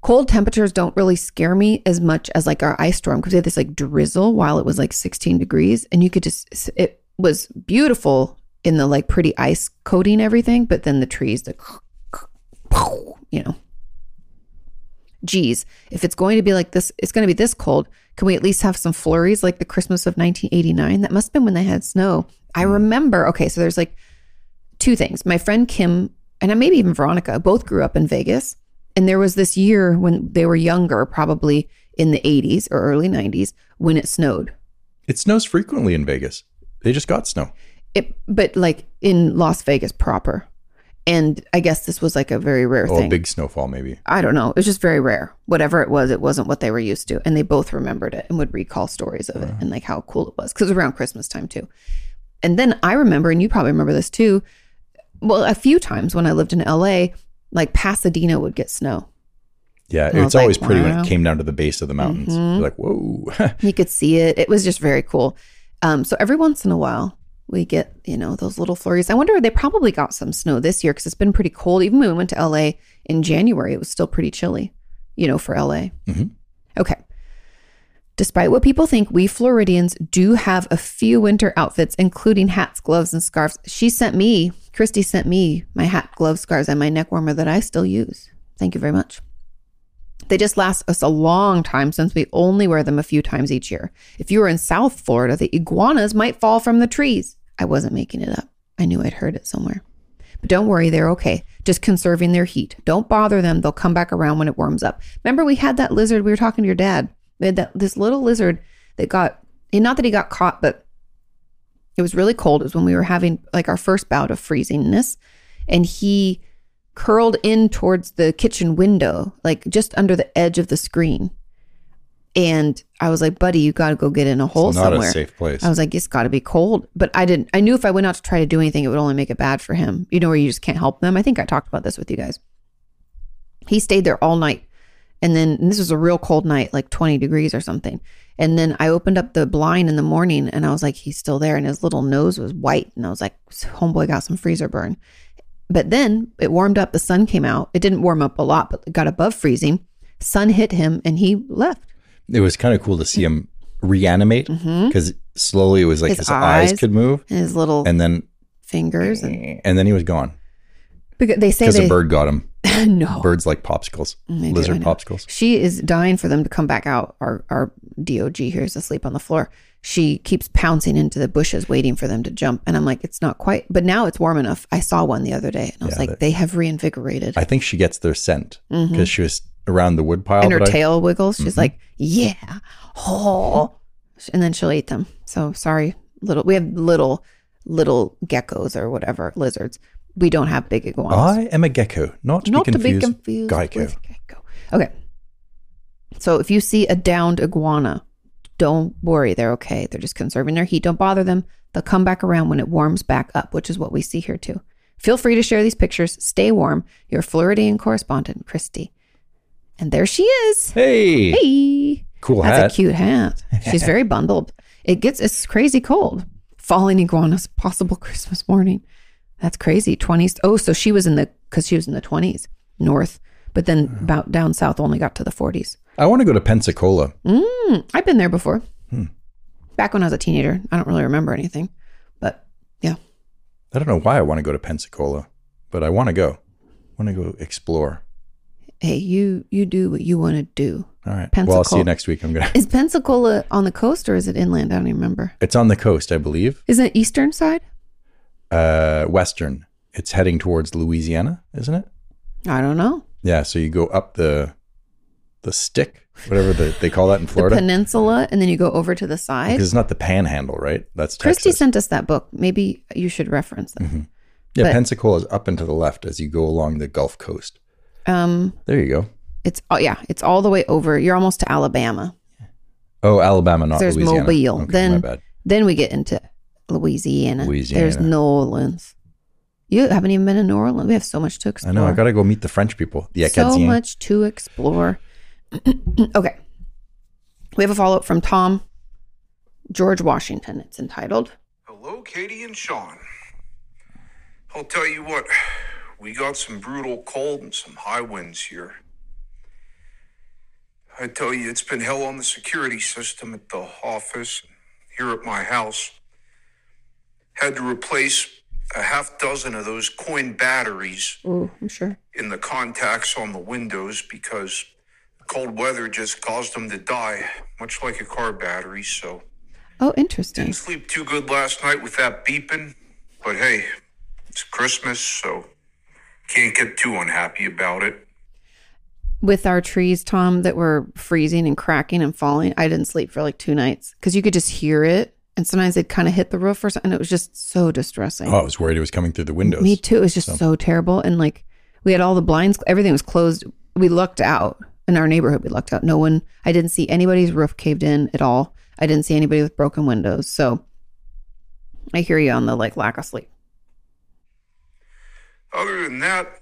Speaker 2: Cold temperatures don't really scare me as much as like our ice storm because we had this like drizzle while it was like 16 degrees, and you could just, it was beautiful in the like pretty ice coating everything, but then the trees, the, you know. Geez, if it's going to be like this, it's going to be this cold. Can we at least have some flurries like the Christmas of 1989? That must have been when they had snow. I
Speaker 1: Mm.
Speaker 2: remember. Okay, so there's like two things. My friend Kim and maybe even Veronica both grew up in Vegas. And there was this year when they were younger, probably in the 80s or early 90s, when it snowed.
Speaker 1: it snows frequently in Vegas. They just got snow.
Speaker 2: It, but like in Las Vegas proper. And I guess this was like a very rare
Speaker 1: Oh,
Speaker 2: thing.
Speaker 1: a big snowfall, maybe.
Speaker 2: I don't know. It was just very rare. Whatever it was, it wasn't what they were used to. And they both remembered it and would recall stories of it and like how cool it was because it was around Christmas time too. And then I remember, and you probably remember this too. Well, a few times when I lived in LA, like Pasadena would get snow.
Speaker 1: Yeah,
Speaker 2: I was
Speaker 1: it's always
Speaker 2: like,
Speaker 1: pretty when
Speaker 2: wow.
Speaker 1: it came down to the base of the mountains.
Speaker 2: Mhm.
Speaker 1: You're like, whoa.
Speaker 2: You could see it. It was just very cool. Um, so every once in a while, we get you know those little flurries. I wonder they probably got some snow this year because it's been pretty cold. Even when we went to LA in January, it was still pretty chilly, you know, for LA.
Speaker 1: Mhm.
Speaker 2: Okay. Despite what people think, we Floridians do have a few winter outfits, including hats, gloves, and scarves. She sent me, Christy sent me my hat, gloves, scarves, and my neck warmer that I still use. Thank you very much. They just last us a long time since we only wear them a few times each year. If you were in South Florida, the iguanas might fall from the trees. I wasn't making it up. I knew I'd heard it somewhere. But don't worry, they're okay. Just conserving their heat. Don't bother them. They'll come back around when it warms up. Remember, we had that lizard. We were talking to your dad. We had that this little lizard that got and not that he got caught, but it was really cold. It was when we were having like our first bout of freezingness, and he curled in towards the kitchen window, like just under the edge of the screen. And I was like, "Buddy, you got to go get in a hole
Speaker 1: It's not
Speaker 2: somewhere."
Speaker 1: a safe place.
Speaker 2: I was like, it's got to be cold. But I didn't, I knew if I went out to try to do anything, it would only make it bad for him. You know, where you just can't help them. I think I talked about this with you guys. He stayed there all night. And then and this was a real cold night, like 20 degrees or something. And then I opened up the blind in the morning and I was like, he's still there. And his little nose was white. And I was like, homeboy got some freezer burn. But then it warmed up. The sun came out. It didn't warm up a lot, but it got above freezing. Sun hit him and he left.
Speaker 1: it was kind of cool to see him reanimate because slowly it was like
Speaker 2: Mm-hmm. His
Speaker 1: his, eyes.
Speaker 2: eyes.
Speaker 1: could move,
Speaker 2: And his little
Speaker 1: and then
Speaker 2: fingers. And,
Speaker 1: and then he was gone
Speaker 2: because they say
Speaker 1: because
Speaker 2: they,
Speaker 1: a bird got him.
Speaker 2: no.
Speaker 1: Birds like popsicles,
Speaker 2: they do, I
Speaker 1: lizard
Speaker 2: know.
Speaker 1: popsicles.
Speaker 2: She is dying for them to come back out. Our our DOG here is asleep on the floor. She keeps pouncing into the bushes, waiting for them to jump. And I'm like, it's not quite, but now it's warm enough. I saw one the other day, and I was
Speaker 1: Yeah,
Speaker 2: like,
Speaker 1: that-
Speaker 2: they have reinvigorated.
Speaker 1: I think she gets their scent because she was around the woodpile.
Speaker 2: Mm-hmm. and her
Speaker 1: but I- Mm-hmm.
Speaker 2: tail wiggles. She's like, yeah, oh, and then she'll eat them. So sorry, little. We have little little geckos or whatever lizards. We don't have big iguanas.
Speaker 1: I am a gecko, not,
Speaker 2: not
Speaker 1: to be confused.
Speaker 2: to be confused
Speaker 1: Geico.
Speaker 2: with Geico. Okay. So if you see a downed iguana, don't worry, they're okay. They're just conserving their heat. Don't bother them. They'll come back around when it warms back up, which is what we see here too. Feel free to share these pictures. Stay warm. Your Floridian correspondent, Christy. And there she is.
Speaker 1: Hey,
Speaker 2: Hey.
Speaker 1: cool
Speaker 2: That's
Speaker 1: hat.
Speaker 2: a cute hat. She's very bundled. It gets it's crazy cold. Falling iguanas, possible Christmas morning. That's crazy. Twenties. Oh, so she was in the because she was in the twenties north, but then
Speaker 1: Mm-hmm.
Speaker 2: about down south only got to the forties.
Speaker 1: I want to go to Pensacola.
Speaker 2: Mm, I've been there before.
Speaker 1: Hmm.
Speaker 2: Back when I was a teenager, I don't really remember anything, but yeah,
Speaker 1: I don't know why I want to go to Pensacola, but I want to go. I want to go explore.
Speaker 2: hey, you you do what you want to do.
Speaker 1: All right. Well, I'll see you
Speaker 2: Pensacola.
Speaker 1: next week. I'm gonna.
Speaker 2: Is Pensacola on the coast or is it inland? I don't even remember.
Speaker 1: It's on the coast, I believe.
Speaker 2: Is it eastern side?
Speaker 1: Uh, western. It's heading towards Louisiana, isn't it?
Speaker 2: I don't know.
Speaker 1: Yeah. So you go up the, the stick, whatever the, they call that in Florida,
Speaker 2: The peninsula, and then you go over to the side.
Speaker 1: because it's not the Panhandle, right? That's
Speaker 2: Christy
Speaker 1: Texas. Mm-hmm.
Speaker 2: sent us that book. Maybe you should reference that.
Speaker 1: yeah,
Speaker 2: but-
Speaker 1: Pensacola is up and to the left as you go along the Gulf Coast.
Speaker 2: Um,
Speaker 1: There you go.
Speaker 2: it's oh yeah, it's all the way over. You're almost to Alabama.
Speaker 1: Oh, Alabama, not
Speaker 2: There's
Speaker 1: Louisiana.
Speaker 2: Mobile.
Speaker 1: Okay,
Speaker 2: Then-
Speaker 1: my bad.
Speaker 2: Then we get into Louisiana. There's
Speaker 1: Louisiana.
Speaker 2: New Orleans. You haven't even been in New Orleans. We have so much to explore.
Speaker 1: I know. I gotta go meet the French people. The
Speaker 2: so
Speaker 1: Acadiens.
Speaker 2: much to explore. okay. We have a follow up from Tom George Washington. It's entitled
Speaker 3: Hello, Katie and Sean. I'll tell you what, we got some brutal cold and some high winds here. I tell you, it's been hell on the security system at the office, here at my house. Had to replace a half dozen of those coin batteries
Speaker 2: Ooh, I'm sure.
Speaker 3: in the contacts on the windows because cold weather just caused them to die, much like a car battery, so.
Speaker 2: Oh, interesting.
Speaker 3: Didn't sleep too good last night with that beeping, but hey, it's Christmas, so can't get too unhappy about it.
Speaker 2: With our trees, Tom, that were freezing and cracking and falling, I didn't sleep for like two nights because you could just hear it. And sometimes they'd kind of hit the roof or something. It was just so distressing.
Speaker 1: Oh, I was worried it was coming through the windows.
Speaker 2: Me too. It was just so. terrible. And like we had all the blinds, everything was closed. We looked out in our neighborhood. We looked out. No one, I didn't see anybody's roof caved in at all. I didn't see anybody with broken windows. So I hear you on the like lack of sleep.
Speaker 3: Other than that,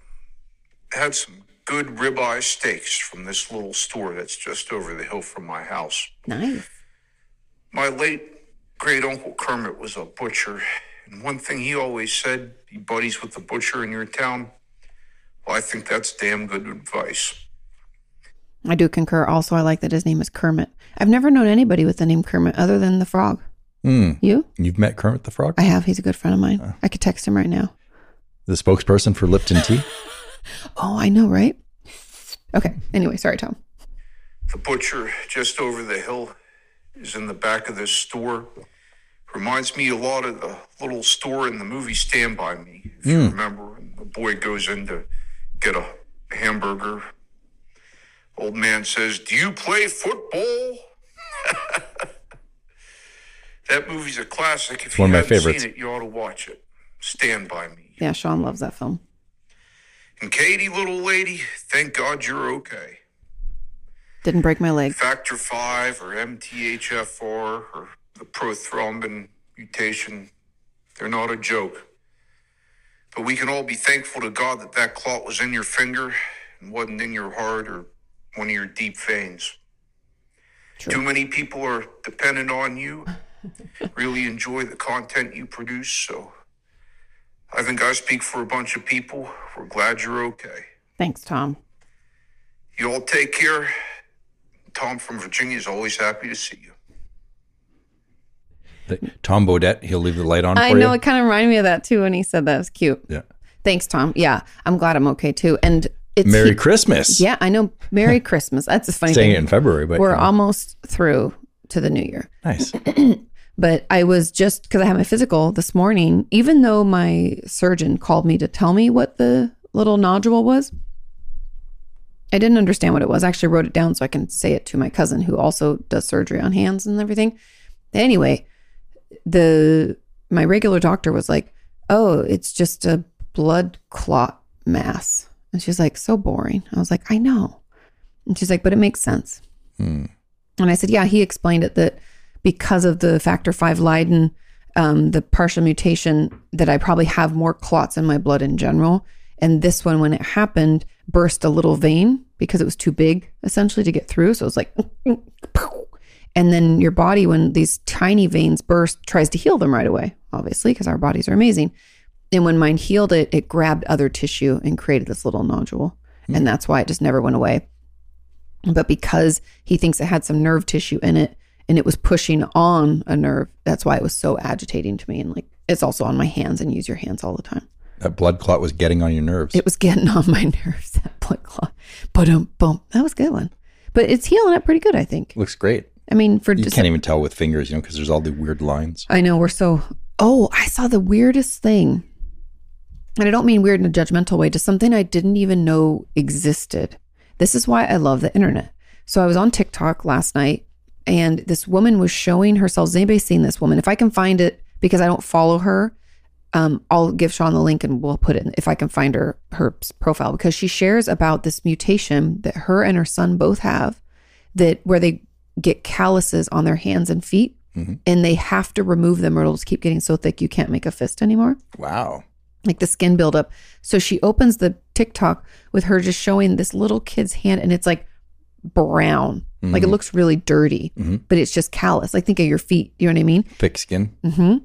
Speaker 3: had some good ribeye steaks from this little store that's just over the hill from my house.
Speaker 2: Nice.
Speaker 3: My late great uncle Kermit was a butcher, and one thing he always said be buddies with the butcher in your town. Well, I think that's damn good advice.
Speaker 2: I do concur. Also, I like that his name is Kermit. I've never known anybody with the name Kermit other than the frog.
Speaker 1: Hmm. Uh.
Speaker 2: You?
Speaker 1: You've met Kermit the Frog,
Speaker 2: I have. He's a good friend of mine. I could text him right now.
Speaker 1: the spokesperson for Lipton Tea.
Speaker 2: Oh, I know, right? Okay. Anyway, sorry, Tom.
Speaker 3: The butcher just over the hill is in the back of this store. Reminds me a lot of the little store in the movie Stand By Me, if you
Speaker 1: Hmm.
Speaker 3: remember. when The boy goes in to get a hamburger. Old man says, Do you play football? that movie's a classic. If you
Speaker 1: one of my
Speaker 3: haven't
Speaker 1: favorites.
Speaker 3: seen it, you ought to watch it. Stand By Me.
Speaker 2: Yeah, Sean loves that film.
Speaker 3: And Katie, little lady, thank God you're okay.
Speaker 2: Didn't break my leg.
Speaker 3: factor 5 or MTHFR or the prothrombin mutation, they're not a joke. But we can all be thankful to God that that clot was in your finger and wasn't in your heart or one of your deep veins.
Speaker 2: True.
Speaker 3: Too many people are dependent on you, really enjoy the content you produce. So I think I speak for a bunch of people. We're glad you're okay.
Speaker 2: Thanks, Tom.
Speaker 3: You all take care. Tom from Virginia is always happy to see you.
Speaker 1: The- Tom Baudet, he'll leave the light on
Speaker 2: I
Speaker 1: for
Speaker 2: know
Speaker 1: you.
Speaker 2: it kind of reminded me of that too when he said that. It was cute.
Speaker 1: yeah.
Speaker 2: Thanks, Tom. Yeah, I'm glad I'm okay too. And it's
Speaker 1: Merry Christmas.
Speaker 2: yeah, I know. Merry Christmas. That's the funny
Speaker 1: Saying it
Speaker 2: thing.
Speaker 1: in February, but
Speaker 2: We're
Speaker 1: you know,
Speaker 2: almost through to the new year.
Speaker 1: nice.
Speaker 2: but I was just because I had my physical this morning, even though my surgeon called me to tell me what the little nodule was, I didn't understand what it was. I actually wrote it down so I can say it to my cousin who also does surgery on hands and everything. Anyway, the my regular doctor was like, Oh, it's just a blood clot mass. And she's like, So boring. I was like, I know. And she's like, But it makes sense. And I said, yeah, he explained it that because of the factor five Leiden, um, the partial mutation, that I probably have more clots in my blood in general. And this one, when it happened, burst a little vein because it was too big essentially to get through. So it was like, pow. and then your body, when these tiny veins burst, tries to heal them right away, obviously, because our bodies are amazing. And when mine healed it, it grabbed other tissue and created this little nodule. And that's why it just never went away but because he thinks it had some nerve tissue in it and it was pushing on a nerve that's why it was so agitating to me and like it's also on my hands and use your hands all the time
Speaker 1: That blood clot was getting on your nerves.
Speaker 2: it was getting on my nerves that blood White Claw. Ba-dum, bum. That was a good one. But it's healing up pretty good, I think.
Speaker 1: Looks great.
Speaker 2: I mean, for
Speaker 1: You
Speaker 2: just
Speaker 1: can't even tell with fingers, you know, because there's all the weird lines.
Speaker 2: I know we're so. Oh, I saw the weirdest thing. And I don't mean weird in a judgmental way, just something I didn't even know existed. This is why I love the internet. So I was on TikTok last night and this woman was showing herself. Has anybody seen this woman? If I can find it, because I don't follow her, um, I'll give Sean the link and we'll put it in if I can find her her s- profile because she shares about this mutation that her and her son both have that where they get calluses on their hands and feet and they have to remove them or it'll just keep getting so thick you can't make a fist anymore
Speaker 1: Wow.
Speaker 2: like the skin buildup. So she opens the TikTok with her just showing this little kid's hand, and it's like brown, like it looks really dirty, but it's just callous. Like think of your feet, you know what I mean?
Speaker 1: Thick skin.
Speaker 2: hmm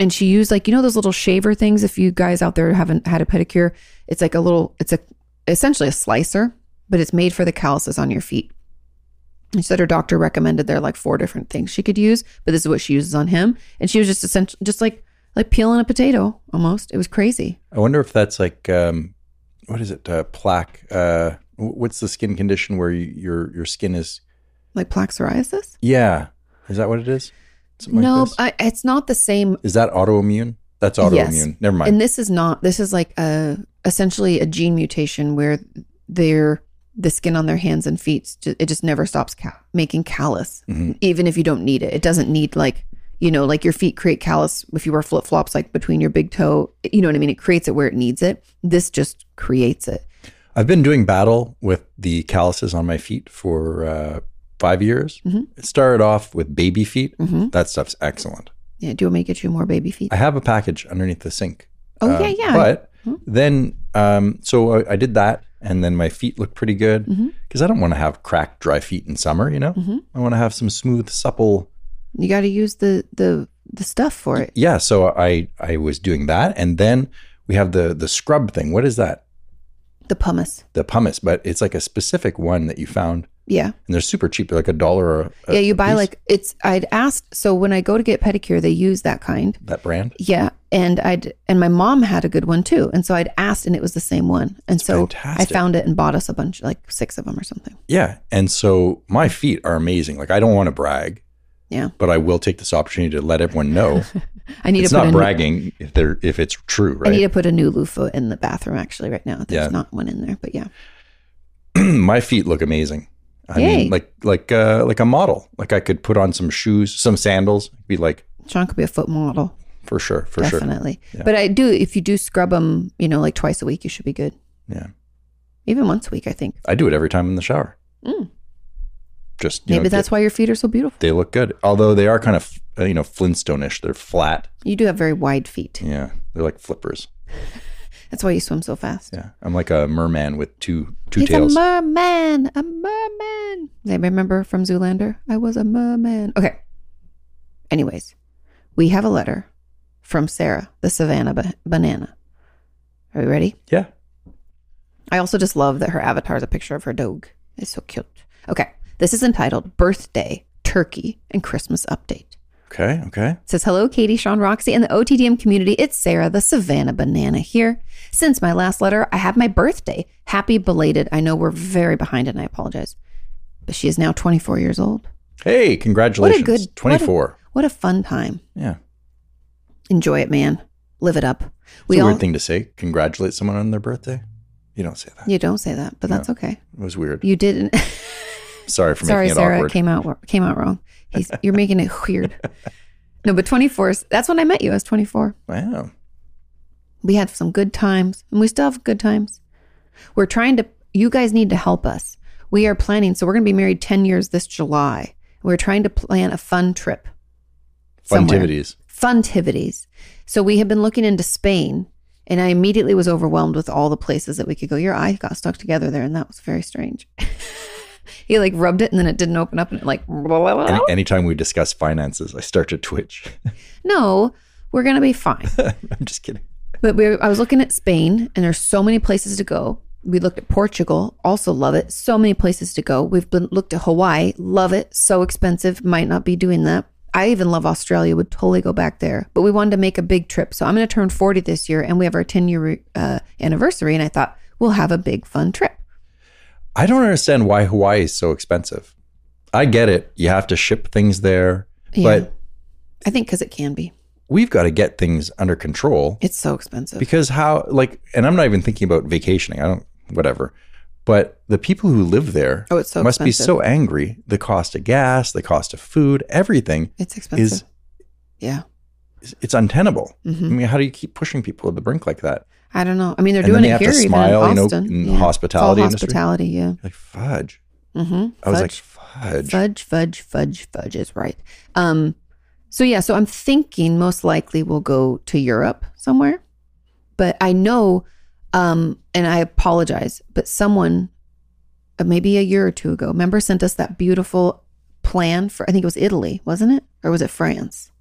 Speaker 2: And she used like you know those little shaver things. If you guys out there haven't had a pedicure, it's like a little, it's a essentially a slicer, but it's made for the calluses on your feet. She said her doctor recommended there are like four different things she could use, but this is what she uses on him. And she was just essentially just like like peeling a potato almost. It was crazy.
Speaker 1: I wonder if that's like um, what is it? Uh, plaque. Uh, wh- what's the skin condition where you, your your skin is?
Speaker 2: like plaque psoriasis?
Speaker 1: Yeah, is that what it is? Something
Speaker 2: no,
Speaker 1: Like this?
Speaker 2: I, it's not the same.
Speaker 1: is that autoimmune? That's
Speaker 2: Yes.
Speaker 1: autoimmune. Never mind.
Speaker 2: And this is not. This is like a essentially a gene mutation where their the skin on their hands and feet ju- it just never stops ca- making callus,
Speaker 1: Mhm.
Speaker 2: even if you don't need it. It doesn't need like you know like your feet create callus if you wear flip flops like between your big toe. You know what I mean? It creates it where it needs it. This just creates it.
Speaker 1: I've been doing battle with the calluses on my feet for uh, five years.
Speaker 2: Mhm.
Speaker 1: It started off with baby feet.
Speaker 2: hmm
Speaker 1: That stuff's excellent.
Speaker 2: Yeah. Do you want me to get you more baby feet?
Speaker 1: I have a package underneath the sink.
Speaker 2: Oh,
Speaker 1: Um,
Speaker 2: yeah, yeah.
Speaker 1: Uh, But
Speaker 2: Mhm.
Speaker 1: then, um, so I, I did that, and then my feet looked pretty good because
Speaker 2: Mhm.
Speaker 1: I don't want to have cracked, dry feet in summer. You know,
Speaker 2: Mhm.
Speaker 1: I want to have some smooth, supple.
Speaker 2: you got to use the the the stuff for it.
Speaker 1: Yeah. So I I was doing that, and then we have the the scrub thing. What is that?
Speaker 2: The pumice.
Speaker 1: The pumice, but it's like a specific one that you found,
Speaker 2: Yeah.
Speaker 1: and they're super cheap. They're like a dollar or a,
Speaker 2: yeah, you
Speaker 1: a
Speaker 2: buy
Speaker 1: piece.
Speaker 2: like it's. I'd asked. So when I go to get pedicure, they use that kind.
Speaker 1: that brand.
Speaker 2: Yeah, and I'd and my mom had a good one too, and so I'd asked, and it was the same one, and so
Speaker 1: fantastic.
Speaker 2: I found it and bought us a bunch, like six of them or something.
Speaker 1: Yeah. And so my feet are amazing. Like I don't want to brag.
Speaker 2: Yeah.
Speaker 1: But I will take this opportunity to let everyone know
Speaker 2: I need
Speaker 1: it's
Speaker 2: to put
Speaker 1: not
Speaker 2: a
Speaker 1: bragging if they're if it's true,
Speaker 2: New, I need
Speaker 1: right?
Speaker 2: to put a new loofah in the bathroom actually right now. There's
Speaker 1: Yeah.
Speaker 2: not one in there, but yeah,
Speaker 1: my feet look amazing. I
Speaker 2: Yay.
Speaker 1: mean, like like uh, like a model. Like I could put on some shoes, some sandals. Be like
Speaker 2: Sean could be a foot model
Speaker 1: for sure, for sure.
Speaker 2: definitely. But I do if you do scrub them, you know, like twice a week, you should be good.
Speaker 1: Yeah,
Speaker 2: Even once a week, I think.
Speaker 1: I do it every time in the shower.
Speaker 2: Mm.
Speaker 1: Just you
Speaker 2: Maybe
Speaker 1: know,
Speaker 2: that's why your feet are so beautiful.
Speaker 1: they look good. Although they are kind of uh, you know Flintstone-ish. They're flat.
Speaker 2: You do have very wide feet.
Speaker 1: Yeah, they're like flippers.
Speaker 2: That's why you swim so fast.
Speaker 1: Yeah, I'm like a merman with two two
Speaker 2: He's
Speaker 1: tails.
Speaker 2: a merman. A merman. They remember from Zoolander? I was a merman. Okay. Anyways, we have a letter from Sarah, the Savannah ba- banana. Are we ready?
Speaker 1: yeah.
Speaker 2: I also just love that her avatar is a picture of her dog. It's so cute. Okay. This is entitled Birthday, Turkey, and Christmas Update.
Speaker 1: Okay. Okay.
Speaker 2: It says, Hello, Katie, Sean, Roxy, and the OTDM community. It's Sarah, the Savannah Banana here. Since my last letter, I have my birthday. Happy belated. I know we're very behind and I apologize. But she is now 24 years old.
Speaker 1: Hey, congratulations.
Speaker 2: What a good
Speaker 1: 24.
Speaker 2: What a fun time.
Speaker 1: yeah.
Speaker 2: Enjoy it, man. Live it up.
Speaker 1: It's a weird thing to say. Congratulate someone on their birthday. You don't say that.
Speaker 2: You don't say that, but that's okay.
Speaker 1: It was weird.
Speaker 2: You didn't.
Speaker 1: Sorry for
Speaker 2: Sorry,
Speaker 1: making it
Speaker 2: Sarah,
Speaker 1: awkward.
Speaker 2: it came out came out wrong. He's, you're making it weird. No, but 24. 's- That's when I met you. I was 24.
Speaker 1: wow.
Speaker 2: We had some good times and we still have good times. We're trying to, you guys need to help us. We are planning, so we're going to be married 10 years this July. We're trying to plan a fun trip. somewhere.
Speaker 1: Funtivities.
Speaker 2: Funtivities. So we have been looking into Spain and I immediately was overwhelmed with all the places that we could go. Your eye got stuck together there and that was very strange. he like rubbed it and then it didn't open up and it like,
Speaker 1: Any, anytime we discuss finances, I start to twitch.
Speaker 2: no, we're going to be fine.
Speaker 1: I'm just kidding.
Speaker 2: But we I was looking at Spain, and there's so many places to go. We looked at Portugal, also love it. So many places to go. We've been, looked at Hawaii, love it. So expensive, might not be doing that. I even love Australia, would totally go back there. But we wanted to make a big trip. So I'm going to turn 40 this year, and we have our 10 year uh, anniversary. And I thought, we'll have a big, fun trip.
Speaker 1: I don't understand why Hawaii is so expensive. I get it. You have to ship things there,
Speaker 2: Yeah.
Speaker 1: but
Speaker 2: I think because it can be.
Speaker 1: we've got to get things under control
Speaker 2: It's so expensive.
Speaker 1: because how, like, and I'm not even thinking about vacationing. I don't, whatever. But the people who live there
Speaker 2: Oh, it's so
Speaker 1: must
Speaker 2: expensive.
Speaker 1: be so angry. The cost of gas, the cost of food, everything
Speaker 2: it's expensive.
Speaker 1: is
Speaker 2: yeah.
Speaker 1: it's untenable.
Speaker 2: hmm
Speaker 1: I mean, how do you keep pushing people to the brink like that?
Speaker 2: I don't know. I mean, they're
Speaker 1: And then
Speaker 2: doing
Speaker 1: they
Speaker 2: it
Speaker 1: have
Speaker 2: here,
Speaker 1: to
Speaker 2: even
Speaker 1: smile, you
Speaker 2: in
Speaker 1: know,
Speaker 2: Austin.
Speaker 1: in the
Speaker 2: yeah.
Speaker 1: hospitality
Speaker 2: It's all
Speaker 1: industry.
Speaker 2: hospitality. Yeah.
Speaker 1: Like fudge.
Speaker 2: Mm-hmm.
Speaker 1: I was like, fudge.
Speaker 2: fudge, fudge, fudge, fudge is right. Um, so yeah, so I'm thinking most likely we'll go to Europe somewhere, but I know, um, and I apologize, but someone, uh, maybe a year or two ago, member sent us that beautiful plan for I think it was Italy, wasn't it, or was it France?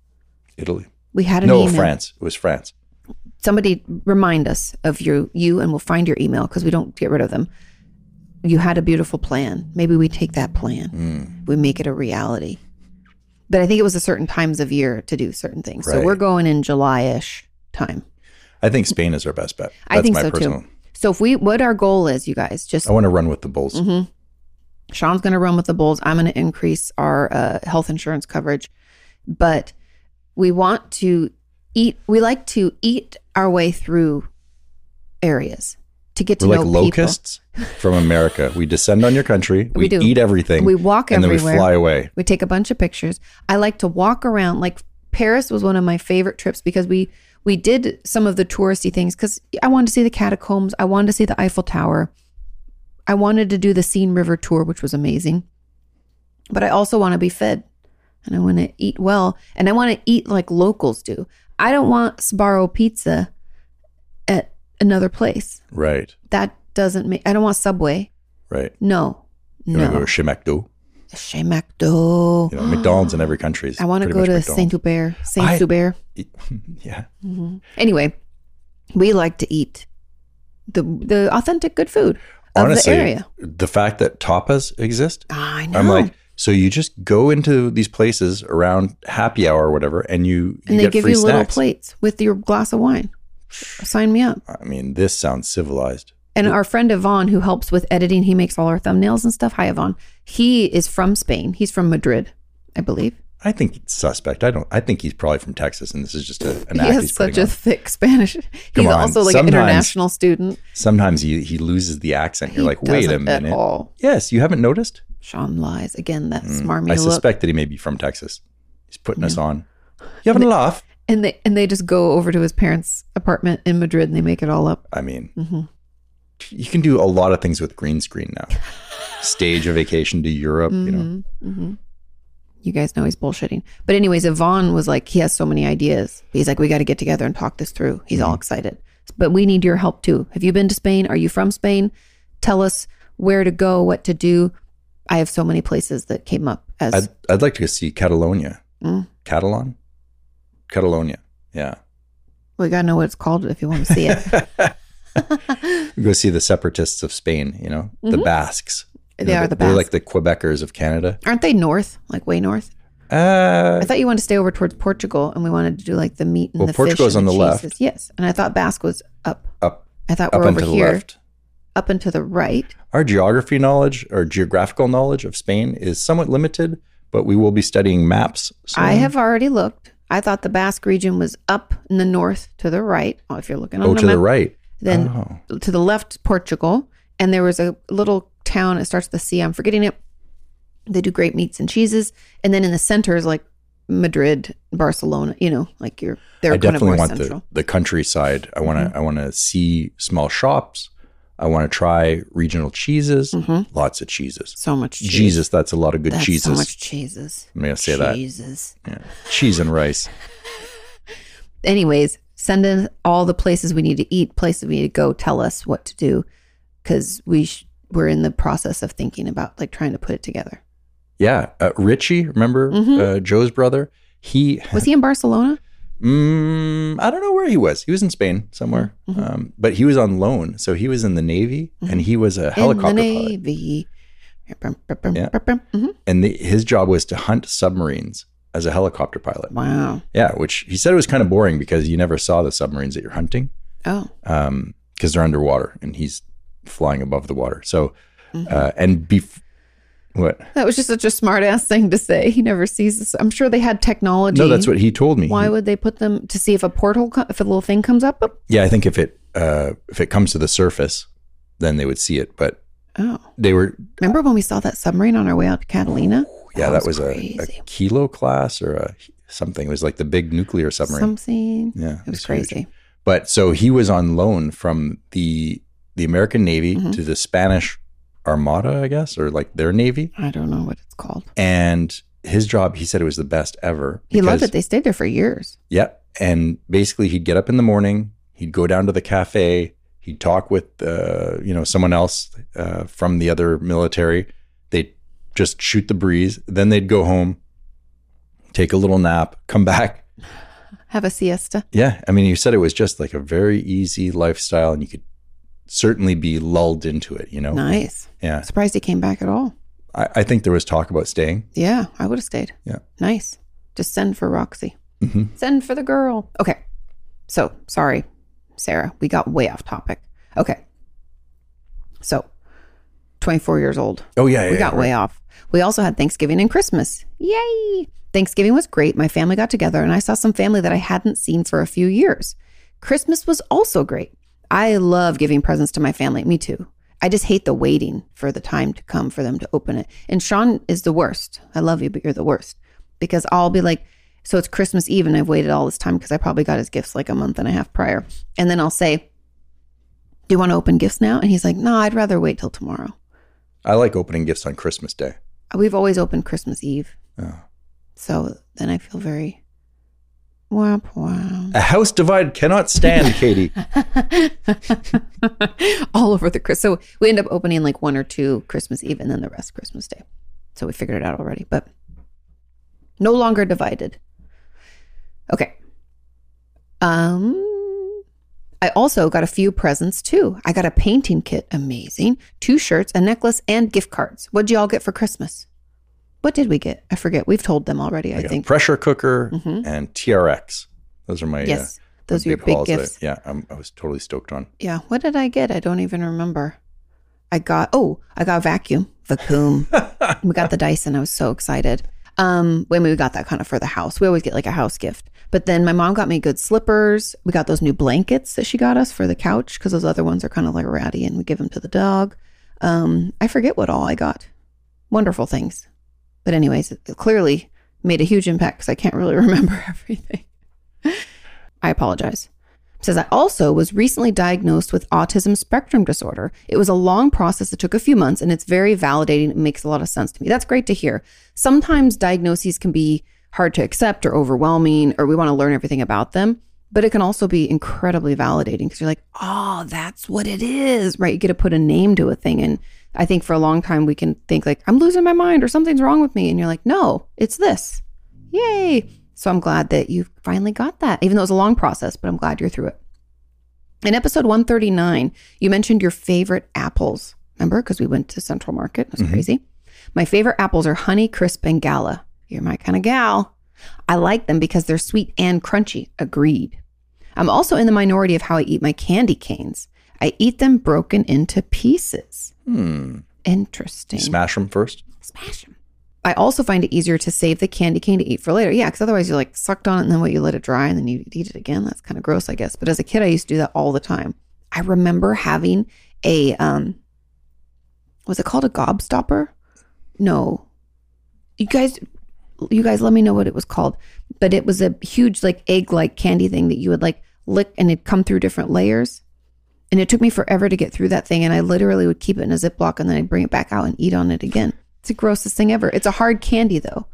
Speaker 1: Italy.
Speaker 2: We had an
Speaker 1: No,
Speaker 2: email.
Speaker 1: France. It was France.
Speaker 2: Somebody remind us of your you, and we'll find your email because we don't get rid of them. You had a beautiful plan. Maybe we take that plan
Speaker 1: Mm.
Speaker 2: we make it a reality. But I think it was a certain times of year to do certain things. So
Speaker 1: Right.
Speaker 2: we're going in July ish time.
Speaker 1: I think Spain is our best bet. That's
Speaker 2: I think
Speaker 1: my
Speaker 2: so
Speaker 1: personal.
Speaker 2: too. So if we, what our goal is, you guys, just
Speaker 1: I want to run with the Bulls.
Speaker 2: Mhm. Sean's going to run with the bulls. I'm going to increase our uh, health insurance coverage, but we want to eat. We like to eat our way through areas to get to
Speaker 1: We're
Speaker 2: know
Speaker 1: like
Speaker 2: people.
Speaker 1: locusts from America. We descend on your country.
Speaker 2: We
Speaker 1: We,
Speaker 2: do.
Speaker 1: eat everything.
Speaker 2: We walk
Speaker 1: and
Speaker 2: everywhere.
Speaker 1: then we fly away.
Speaker 2: We take a bunch of pictures. I like to walk around. Like Paris was one of my favorite trips because we we did some of the touristy things because I wanted to see the catacombs. I wanted to see the Eiffel Tower. I wanted to do the Seine River tour, which was amazing. But I also want to be fed, and I want to eat well, and I want to eat like locals do. I don't want Sbarro pizza at another place.
Speaker 1: Right.
Speaker 2: That doesn't make. I don't want Subway.
Speaker 1: Right.
Speaker 2: No,
Speaker 1: You want to go
Speaker 2: no.
Speaker 1: to Chimecdo?
Speaker 2: Chez McDo.
Speaker 1: You know, McDonald's in every country. Is
Speaker 2: I want to
Speaker 1: pretty
Speaker 2: go
Speaker 1: much
Speaker 2: to
Speaker 1: McDonald's.
Speaker 2: Saint Hubert. Saint
Speaker 1: I-
Speaker 2: Hubert.
Speaker 1: Yeah.
Speaker 2: Anyway, we like to eat the the authentic good food of
Speaker 1: Honestly,
Speaker 2: the area.
Speaker 1: the fact that tapas exist
Speaker 2: I know.
Speaker 1: I'm like, so you just go into these places around happy hour or whatever, and you,
Speaker 2: and
Speaker 1: you
Speaker 2: they
Speaker 1: get
Speaker 2: give
Speaker 1: free
Speaker 2: you little
Speaker 1: snacks.
Speaker 2: plates with your glass of wine. Sign me up.
Speaker 1: I mean, this sounds civilized.
Speaker 2: And our friend Yvonne, who helps with editing, he makes all our thumbnails and stuff. Hi, Yvonne. He is from Spain. He's from Madrid, I believe.
Speaker 1: I think it's suspect. I don't. I think he's probably from Texas, and this is just a, an
Speaker 2: he
Speaker 1: act
Speaker 2: has
Speaker 1: he's
Speaker 2: such
Speaker 1: putting
Speaker 2: a
Speaker 1: on.
Speaker 2: thick Spanish. He's
Speaker 1: on,
Speaker 2: also like
Speaker 1: sometimes-
Speaker 2: an international student.
Speaker 1: Sometimes he he loses the accent. You're
Speaker 2: He
Speaker 1: like, wait a
Speaker 2: doesn't
Speaker 1: minute.
Speaker 2: At all.
Speaker 1: Yes, you haven't noticed.
Speaker 2: Sean lies again. That
Speaker 1: Mm,
Speaker 2: smarmy
Speaker 1: I
Speaker 2: look.
Speaker 1: suspect that he may be from Texas. He's putting us on. You having a laugh?
Speaker 2: And they and they just go over to his parents' apartment in Madrid and they make it all up.
Speaker 1: I mean,
Speaker 2: Mhm.
Speaker 1: you can do a lot of things with green screen now. Stage a vacation to Europe. You know,
Speaker 2: hmm You guys know he's bullshitting. But anyways, Yvonne was like, he has so many ideas. He's like, we got to get together and talk this through. He's
Speaker 1: Mm-hmm.
Speaker 2: all excited. But we need your help too. Have you been to Spain? Are you from Spain? Tell us where to go, what to do. I have so many places that came up as
Speaker 1: I'd I'd like to see Catalonia.
Speaker 2: Mm-hmm. Mm.
Speaker 1: Catalan? Catalonia. Yeah.
Speaker 2: we got to know what it's called if you want to see it.
Speaker 1: Go see the separatists of Spain, you know,
Speaker 2: Mm-hmm.
Speaker 1: the Basques. You
Speaker 2: They
Speaker 1: know,
Speaker 2: are the
Speaker 1: They're like
Speaker 2: best.
Speaker 1: the Quebecers of Canada.
Speaker 2: Aren't they north? Like way north?
Speaker 1: Uh,
Speaker 2: I thought you wanted to stay over towards Portugal, and we wanted to do like the meat and
Speaker 1: Well,
Speaker 2: the fish.
Speaker 1: Portugal's
Speaker 2: and
Speaker 1: on the left.
Speaker 2: cheeses. Yes, and I thought Basque was up.
Speaker 1: up
Speaker 2: I thought
Speaker 1: up
Speaker 2: we're
Speaker 1: and
Speaker 2: over
Speaker 1: to the
Speaker 2: here,
Speaker 1: left.
Speaker 2: up and to the right.
Speaker 1: Our geography knowledge or geographical knowledge of Spain is somewhat limited, but we will be studying maps. Soon.
Speaker 2: I have already looked. I thought the Basque region was up in the north to the right. Oh, if you're looking on
Speaker 1: Oh,
Speaker 2: the
Speaker 1: to
Speaker 2: map,
Speaker 1: the right.
Speaker 2: then
Speaker 1: Oh.
Speaker 2: to the left, Portugal, and there was a little town. It starts with a C. I'm forgetting it. They do great meats and cheeses, and then in the center is like Madrid, Barcelona. You know, like you're they're
Speaker 1: I
Speaker 2: kind of
Speaker 1: definitely
Speaker 2: more
Speaker 1: want
Speaker 2: central. Mm-hmm.
Speaker 1: the, the countryside. I want to I want to see small shops. I want to try regional cheeses. Lots of cheeses.
Speaker 2: so much Mm-hmm. cheese.
Speaker 1: Jesus, that's a lot of good
Speaker 2: That's
Speaker 1: cheeses.
Speaker 2: so much cheeses.
Speaker 1: I'm gonna say that.
Speaker 2: Jesus.
Speaker 1: Yeah. Cheese and rice.
Speaker 2: anyways, send in all the places we need to eat, places we need to go. Tell us what to do because we sh- we're in the process of thinking about like trying to put it together.
Speaker 1: Yeah, uh, Richie, remember
Speaker 2: Mm-hmm.
Speaker 1: uh, Joe's brother? He,
Speaker 2: Was he in Barcelona?
Speaker 1: mm, I don't know where he was. He was in Spain somewhere,
Speaker 2: Mm-hmm.
Speaker 1: um, but he was on loan, so he was in the navy and he was a helicopter
Speaker 2: in the
Speaker 1: pilot.
Speaker 2: Navy.
Speaker 1: Yeah.
Speaker 2: Mhm.
Speaker 1: And the, his job was to hunt submarines as a helicopter pilot.
Speaker 2: Wow.
Speaker 1: Yeah, which he said it was kind of boring because you never saw the submarines that you're hunting um,
Speaker 2: Oh,
Speaker 1: because they're underwater and he's flying above the water. So
Speaker 2: Mm-hmm.
Speaker 1: Uh, and bef- what?
Speaker 2: That was just such a smart ass thing to say. He never sees this. I'm sure they had technology.
Speaker 1: No, that's what he told me.
Speaker 2: Why would they put them to see if a portal, co- if a little thing comes up?
Speaker 1: Yeah, I think if it uh, if it comes to the surface, then they would see it. But
Speaker 2: Oh,
Speaker 1: they were
Speaker 2: remember when we saw that submarine on our way out to Catalina?
Speaker 1: yeah, that was, a, a
Speaker 2: crazy.
Speaker 1: kilo class or a something. It was like the big nuclear submarine.
Speaker 2: something.
Speaker 1: yeah,
Speaker 2: It was
Speaker 1: huge.
Speaker 2: crazy.
Speaker 1: But so he was on loan from the the American Navy
Speaker 2: Mhm.
Speaker 1: to the Spanish Armada, I guess, or like their navy.
Speaker 2: I don't know what it's called.
Speaker 1: And his job, he said it was the best ever.
Speaker 2: He loved
Speaker 1: because-
Speaker 2: it. They stayed there for years.
Speaker 1: Yep. And basically, he'd get up in the morning, he'd go down to the cafe, he'd talk with, uh, you know, someone else uh, from the other military. They'd just shoot the breeze. Then they'd go home, take a little nap, come back.
Speaker 2: Have a siesta.
Speaker 1: Yeah. I mean, you said it was just like a very easy lifestyle and you could certainly be lulled into it, you know?
Speaker 2: Nice.
Speaker 1: Yeah.
Speaker 2: Surprised he came back at all.
Speaker 1: I, I think there was talk about staying.
Speaker 2: Yeah, I would have stayed.
Speaker 1: Yeah.
Speaker 2: Nice. Just send for Roxy.
Speaker 1: Mhm.
Speaker 2: Send for the girl. Okay. So sorry, Sarah. We got way off topic. Okay. So 24 years old.
Speaker 1: Oh, yeah.
Speaker 2: We
Speaker 1: yeah,
Speaker 2: got
Speaker 1: yeah,
Speaker 2: way off. We also had Thanksgiving and Christmas. Yay! Thanksgiving was great. My family got together and I saw some family that I hadn't seen for a few years. Christmas was also great. I love giving presents to my family. Me too. I just hate the waiting for the time to come for them to open it. And Sean is the worst. I love you, but you're the worst because I'll be like, so it's Christmas Eve and I've waited all this time because I probably got his gifts like a month and a half prior. And then I'll say, Do you want to open gifts now? And he's like, No, I'd rather wait till tomorrow.
Speaker 1: I like opening gifts on Christmas Day.
Speaker 2: We've always opened Christmas Eve.
Speaker 1: Oh.
Speaker 2: So then I feel very womp womp.
Speaker 1: A house divided cannot stand, Katie.
Speaker 2: All over the Chris. So we end up opening like one or two Christmas Eve and then the rest Christmas Day. So we figured it out already, but no longer divided. Okay. Um I also got a few presents too. I got a painting kit, amazing, two shirts, a necklace, and gift cards. What'd you all get for Christmas? What did we get? I forget. We've told them already, I,
Speaker 1: got
Speaker 2: think.
Speaker 1: pressure cooker
Speaker 2: Mhm.
Speaker 1: and TRX. Those are my uh,
Speaker 2: Yes.
Speaker 1: my
Speaker 2: Those are your big
Speaker 1: hauls that-
Speaker 2: gifts.
Speaker 1: yeah, I'm, I was totally stoked on.
Speaker 2: Yeah. What did I get? I don't even remember. I got oh, I got a vacuum. Vacuum. we got the Dyson. I was so excited. Um, when we got that kind of for the house. We always get like a house gift. But then my mom got me good slippers. We got those new blankets that she got us for the couch because those other ones are kind of like ratty and we give them to the dog. Um, I forget what all I got. Wonderful things. But anyways, it clearly made a huge impact because I can't really remember everything. I apologize says I also was recently diagnosed with autism spectrum disorder. It was a long process that took a few months and it's very validating. It makes a lot of sense to me. That's great to hear. Sometimes diagnoses can be hard to accept or overwhelming or we want to learn everything about them, but it can also be incredibly validating because you're like, "Oh, that's what it is." Right? You get to put a name to a thing and I think for a long time we can think like, "I'm losing my mind" or something's wrong with me and you're like, "No, it's this." Yay. So I'm glad that you finally got that, even though it was a long process, but I'm glad you're through it. In episode 139, you mentioned your favorite apples. Remember? Because we went to Central Market. It was crazy. My favorite apples are Honey Crisp and Gala. You're my kind of gal. I like them because they're sweet and crunchy. Agreed. I'm also in the minority of how I eat my candy canes. I eat them broken into pieces.
Speaker 1: Hmm.
Speaker 2: Interesting.
Speaker 1: Smash them first.
Speaker 2: Smash them. I also find it easier to save the candy cane to eat for later. Yeah, because otherwise you're like sucked on it and then what you let it dry and then you eat it again. That's kind of gross, I guess. But as a kid, I used to do that all the time. I remember having a um, was it called a gobstopper? No, you guys, you guys, let me know what it was called. But it was a huge like egg like candy thing that you would like lick and it'd come through different layers. And it took me forever to get through that thing. And I literally would keep it in a Ziploc and then I'd bring it back out and eat on it again. It's the grossest thing ever. It's a hard candy though.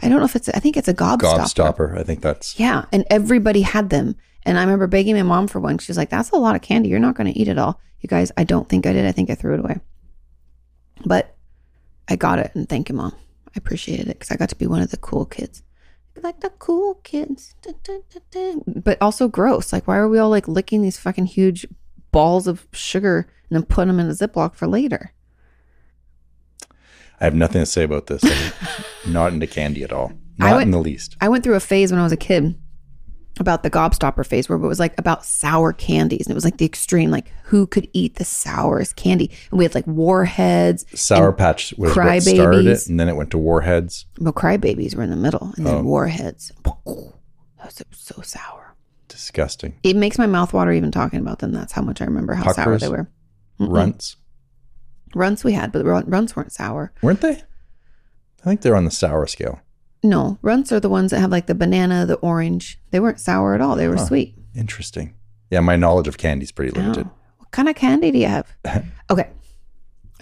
Speaker 2: I don't know if it's, I think it's a gobstopper.
Speaker 1: Gobstopper. I think that's.
Speaker 2: Yeah. And everybody had them. And I remember begging my mom for one. She's like, that's a lot of candy. You're not going to eat it all. You guys, I don't think I did. I think I threw it away. But I got it. And thank you, mom. I appreciated it because I got to be one of the cool kids. Like the cool kids. Dun, dun, dun, dun. But also gross. Like, why are we all like licking these fucking huge balls of sugar and then putting them in a Ziploc for later?
Speaker 1: I have nothing to say about this. I'm not into candy at all.
Speaker 2: I
Speaker 1: Not
Speaker 2: would-
Speaker 1: in the least.
Speaker 2: I went through a phase when I was a kid about the gobstopper phase where it was like about sour candies and it was like the extreme like who could eat the sourest candy and we had like warheads
Speaker 1: Sour Patch was what started it,
Speaker 2: Crybabies.
Speaker 1: and then it went to Warheads.
Speaker 2: well crybabies were in the middle and then
Speaker 1: Oh.
Speaker 2: warheads that was so, so sour
Speaker 1: Disgusting.
Speaker 2: it makes my mouth water even talking about them that's how much i remember how sour
Speaker 1: Puckers?
Speaker 2: they were
Speaker 1: Runts,
Speaker 2: runts we had but run- runts weren't sour
Speaker 1: weren't they? I think they're on the sour scale.
Speaker 2: no runts are the ones that have like the banana the orange they weren't sour at all they were sweet
Speaker 1: Interesting. Yeah, my knowledge of candy's pretty limited.
Speaker 2: Oh. What kind of candy do you have? okay.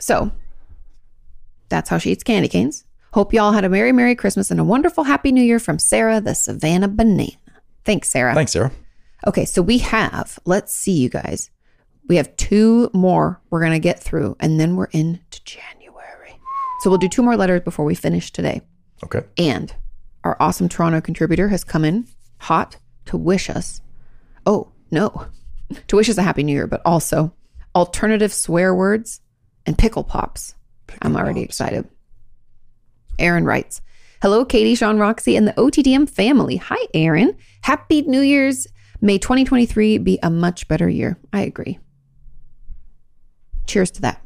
Speaker 2: So that's how she eats candy canes. Hope y'all had a Merry Merry Christmas and a wonderful Happy New Year from Sarah the Savannah Banana. Thanks, Sarah.
Speaker 1: Thanks, Sarah.
Speaker 2: Okay, so we have, let's see, you guys. We have two more we're going to get through, and then we're into January. So we'll do two more letters before we finish today.
Speaker 1: Okay.
Speaker 2: And our awesome Toronto contributor has come in hot to wish us, oh no, to wish us a happy new year, but also alternative swear words and pickle pops. I'm already excited. Aaron writes, Hello, Katie, Sean, Roxy, and the OTDM family. Hi, Aaron. Happy New Year's. May 2023 be a much better year. I agree. Cheers to that.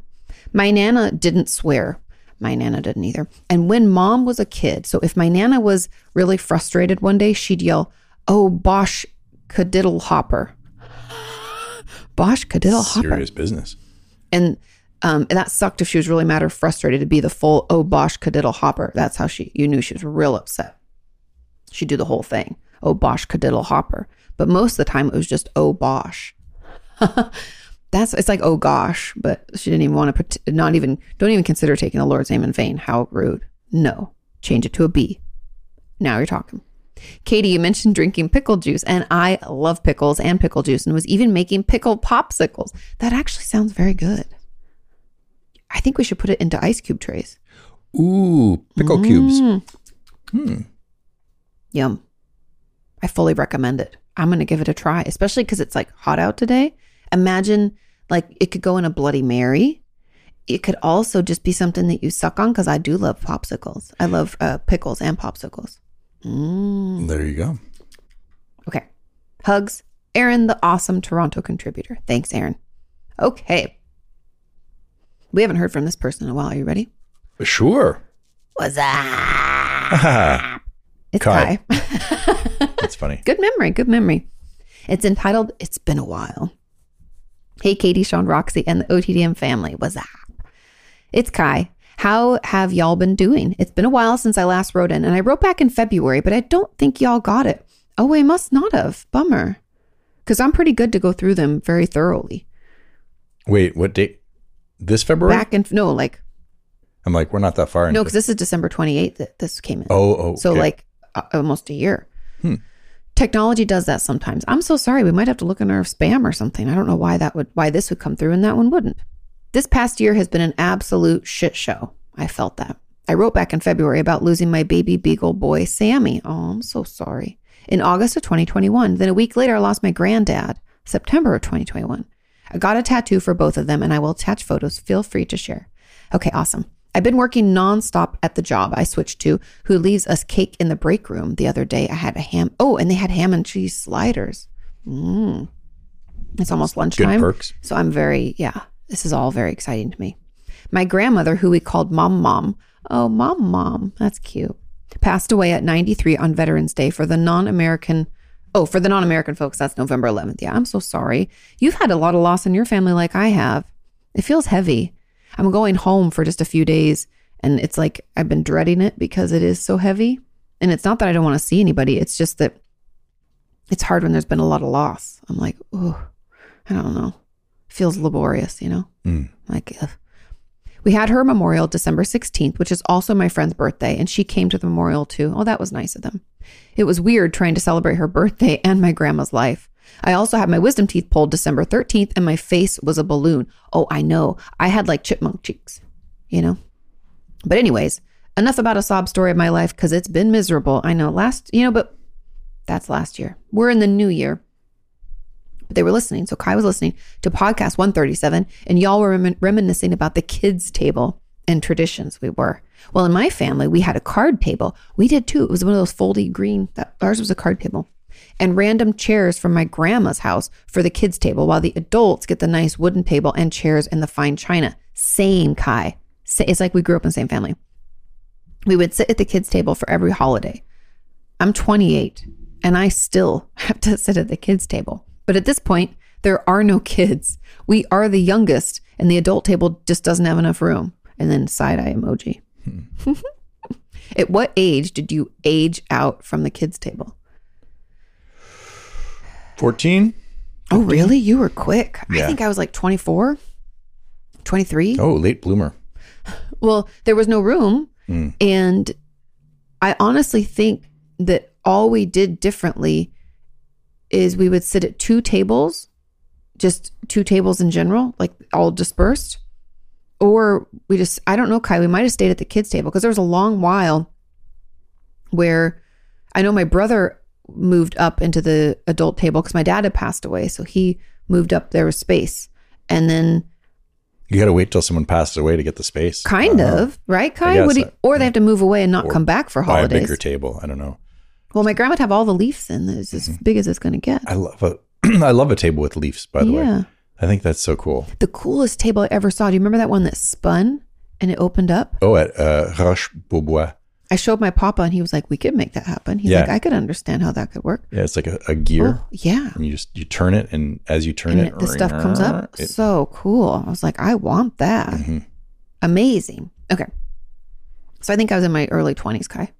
Speaker 2: My nana didn't swear. My nana didn't either. And when mom was a kid, so if my nana was really frustrated one day, she'd yell, Oh, Bosh Cadiddle Hopper. Bosh Cadiddle Hopper.
Speaker 1: Serious business.
Speaker 2: And um, and that sucked if she was really mad or frustrated to be the full oh bosh cadiddle hopper. That's how she you knew she was real upset. She'd do the whole thing. Oh bosh cadiddle hopper. But most of the time it was just oh bosh. That's it's like oh gosh, but she didn't even want to put not even don't even consider taking the Lord's name in vain. How rude. No. Change it to a B. Now you're talking. Katie, you mentioned drinking pickle juice, and I love pickles and pickle juice, and was even making pickle popsicles. That actually sounds very good. I think we should put it into ice cube trays.
Speaker 1: Ooh, pickle cubes.
Speaker 2: Mm. Yum. I fully recommend it. I'm going to give it a try, especially because it's like hot out today. Imagine like it could go in a Bloody Mary. It could also just be something that you suck on because I do love popsicles. I love uh, pickles and popsicles.
Speaker 1: There you go.
Speaker 2: Okay. Hugs, Aaron, the awesome Toronto contributor. Thanks, Aaron. Okay. We haven't heard from this person in a while. Are you ready?
Speaker 1: Sure.
Speaker 2: What's up?
Speaker 1: That's
Speaker 2: It's
Speaker 1: Kyle.
Speaker 2: Kai.
Speaker 1: funny.
Speaker 2: Good memory. Good memory. It's entitled It's Been a While. Hey, Katie, Sean, Roxy, and the OTDM family. What's up? It's Kai. How have y'all been doing? It's been a while since I last wrote in, and I wrote back in February, but I don't think y'all got it. Oh, I must not have. Bummer. Because I'm pretty good to go through them very thoroughly.
Speaker 1: Wait, what date? This February?
Speaker 2: Back in, no, like,
Speaker 1: I'm like, we're not that far.
Speaker 2: no,
Speaker 1: into
Speaker 2: because this is December 28th that this came in.
Speaker 1: Oh, oh.
Speaker 2: So
Speaker 1: okay. Hmm.
Speaker 2: like uh, almost a year. Technology does that sometimes. I'm so sorry. We might have to look in our spam or something. I don't know why that would why this would come through and that one wouldn't. This past year has been an absolute shit show. I felt that. I wrote back in February about losing my baby beagle boy Sammy. Oh, I'm so sorry. In August of 2021. Then a week later I lost my granddad, September of 2021. I got a tattoo for both of them and I will attach photos. Feel free to share. Okay, awesome. I've been working nonstop at the job I switched to, who leaves us cake in the break room. The other day I had a ham. Oh, and they had ham and cheese sliders. Mm. It's almost
Speaker 1: good
Speaker 2: lunchtime.
Speaker 1: perks.
Speaker 2: So I'm very, yeah, this is all very exciting to me. My grandmother, who we called Mom Mom, oh, Mom Mom, that's cute, passed away at 93 on Veterans Day for the non American, oh, for the non American folks, that's November 11th. Yeah, I'm so sorry. You've had a lot of loss in your family, like I have. It feels heavy. I'm going home for just a few days, and it's like I've been dreading it because it is so heavy. And it's not that I don't want to see anybody, it's just that it's hard when there's been a lot of loss. I'm like, oh, I don't know feels laborious, you know? Like, ugh. we had her memorial December 16th, which is also my friend's birthday, and she came to the memorial too. Oh, that was nice of them. It was weird trying to celebrate her birthday and my grandma's life. I also had my wisdom teeth pulled December 13th, and my face was a balloon. Oh, I know. I had like chipmunk cheeks, you know? But, anyways, enough about a sob story of my life because it's been miserable. I know last, you know, but that's last year. We're in the new year but they were listening. So Kai was listening to podcast 137, and y'all were remin- reminiscing about the kids' table and traditions we were. Well, in my family, we had a card table. We did too. It was one of those foldy green. That, ours was a card table. and random chairs from my grandma's house for the kids' table, while the adults get the nice wooden table and chairs and the fine china. Same Kai. Sa- It's like we grew up in the same family. We would sit at the kids' table for every holiday. I'm 28 and I still have to sit at the kids' table. But at this point, there are no kids. We are the youngest, and the adult table just doesn't have enough room. And then side eye emoji. Hmm. at what age did you age out from the kids' table?
Speaker 1: 14?
Speaker 2: Oh, really? You were quick. I
Speaker 1: Yeah.
Speaker 2: think I was like 24, 23.
Speaker 1: Oh, late bloomer. Hmm.
Speaker 2: Well, there was no room. And I honestly think that all we did differently is we would sit at two tables, just two tables in general, like all dispersed. Or we just, I don't know, Kai, we might have stayed at the kids' table because there was a long while where I know my brother moved up into the adult table because my dad had passed away. So he moved up, there was space. And then
Speaker 1: You got to wait till someone passes away to get the space.
Speaker 2: Kind
Speaker 1: Uh,
Speaker 2: of, right, Kai?
Speaker 1: guess
Speaker 2: What do you-
Speaker 1: so.
Speaker 2: or they have to move away and not
Speaker 1: Or
Speaker 2: come back for
Speaker 1: Buy a bigger
Speaker 2: holidays.
Speaker 1: table. I don't know.
Speaker 2: well, my grandma'd have all the leaves in. It's as
Speaker 1: Mm-hmm.
Speaker 2: big as it's going to get.
Speaker 1: I love a, I love a table with leaves, by the
Speaker 2: yeah.
Speaker 1: way. I think that's so cool.
Speaker 2: The coolest table I ever saw. Do you remember that one that spun and it opened up?
Speaker 1: Oh, at uh, Roche Beaubois.
Speaker 2: I showed my papa and he was like, we could make that happen. He's
Speaker 1: Yeah.
Speaker 2: like, I could understand how that could work.
Speaker 1: Yeah, it's like a, a gear.
Speaker 2: Oh, yeah.
Speaker 1: And you just you turn it, and as you turn
Speaker 2: and
Speaker 1: it,
Speaker 2: the stuff comes up.
Speaker 1: it-
Speaker 2: so cool. I was like, I want that.
Speaker 1: Mhm.
Speaker 2: Amazing. Okay. So I think I was in my early 20s, Kai.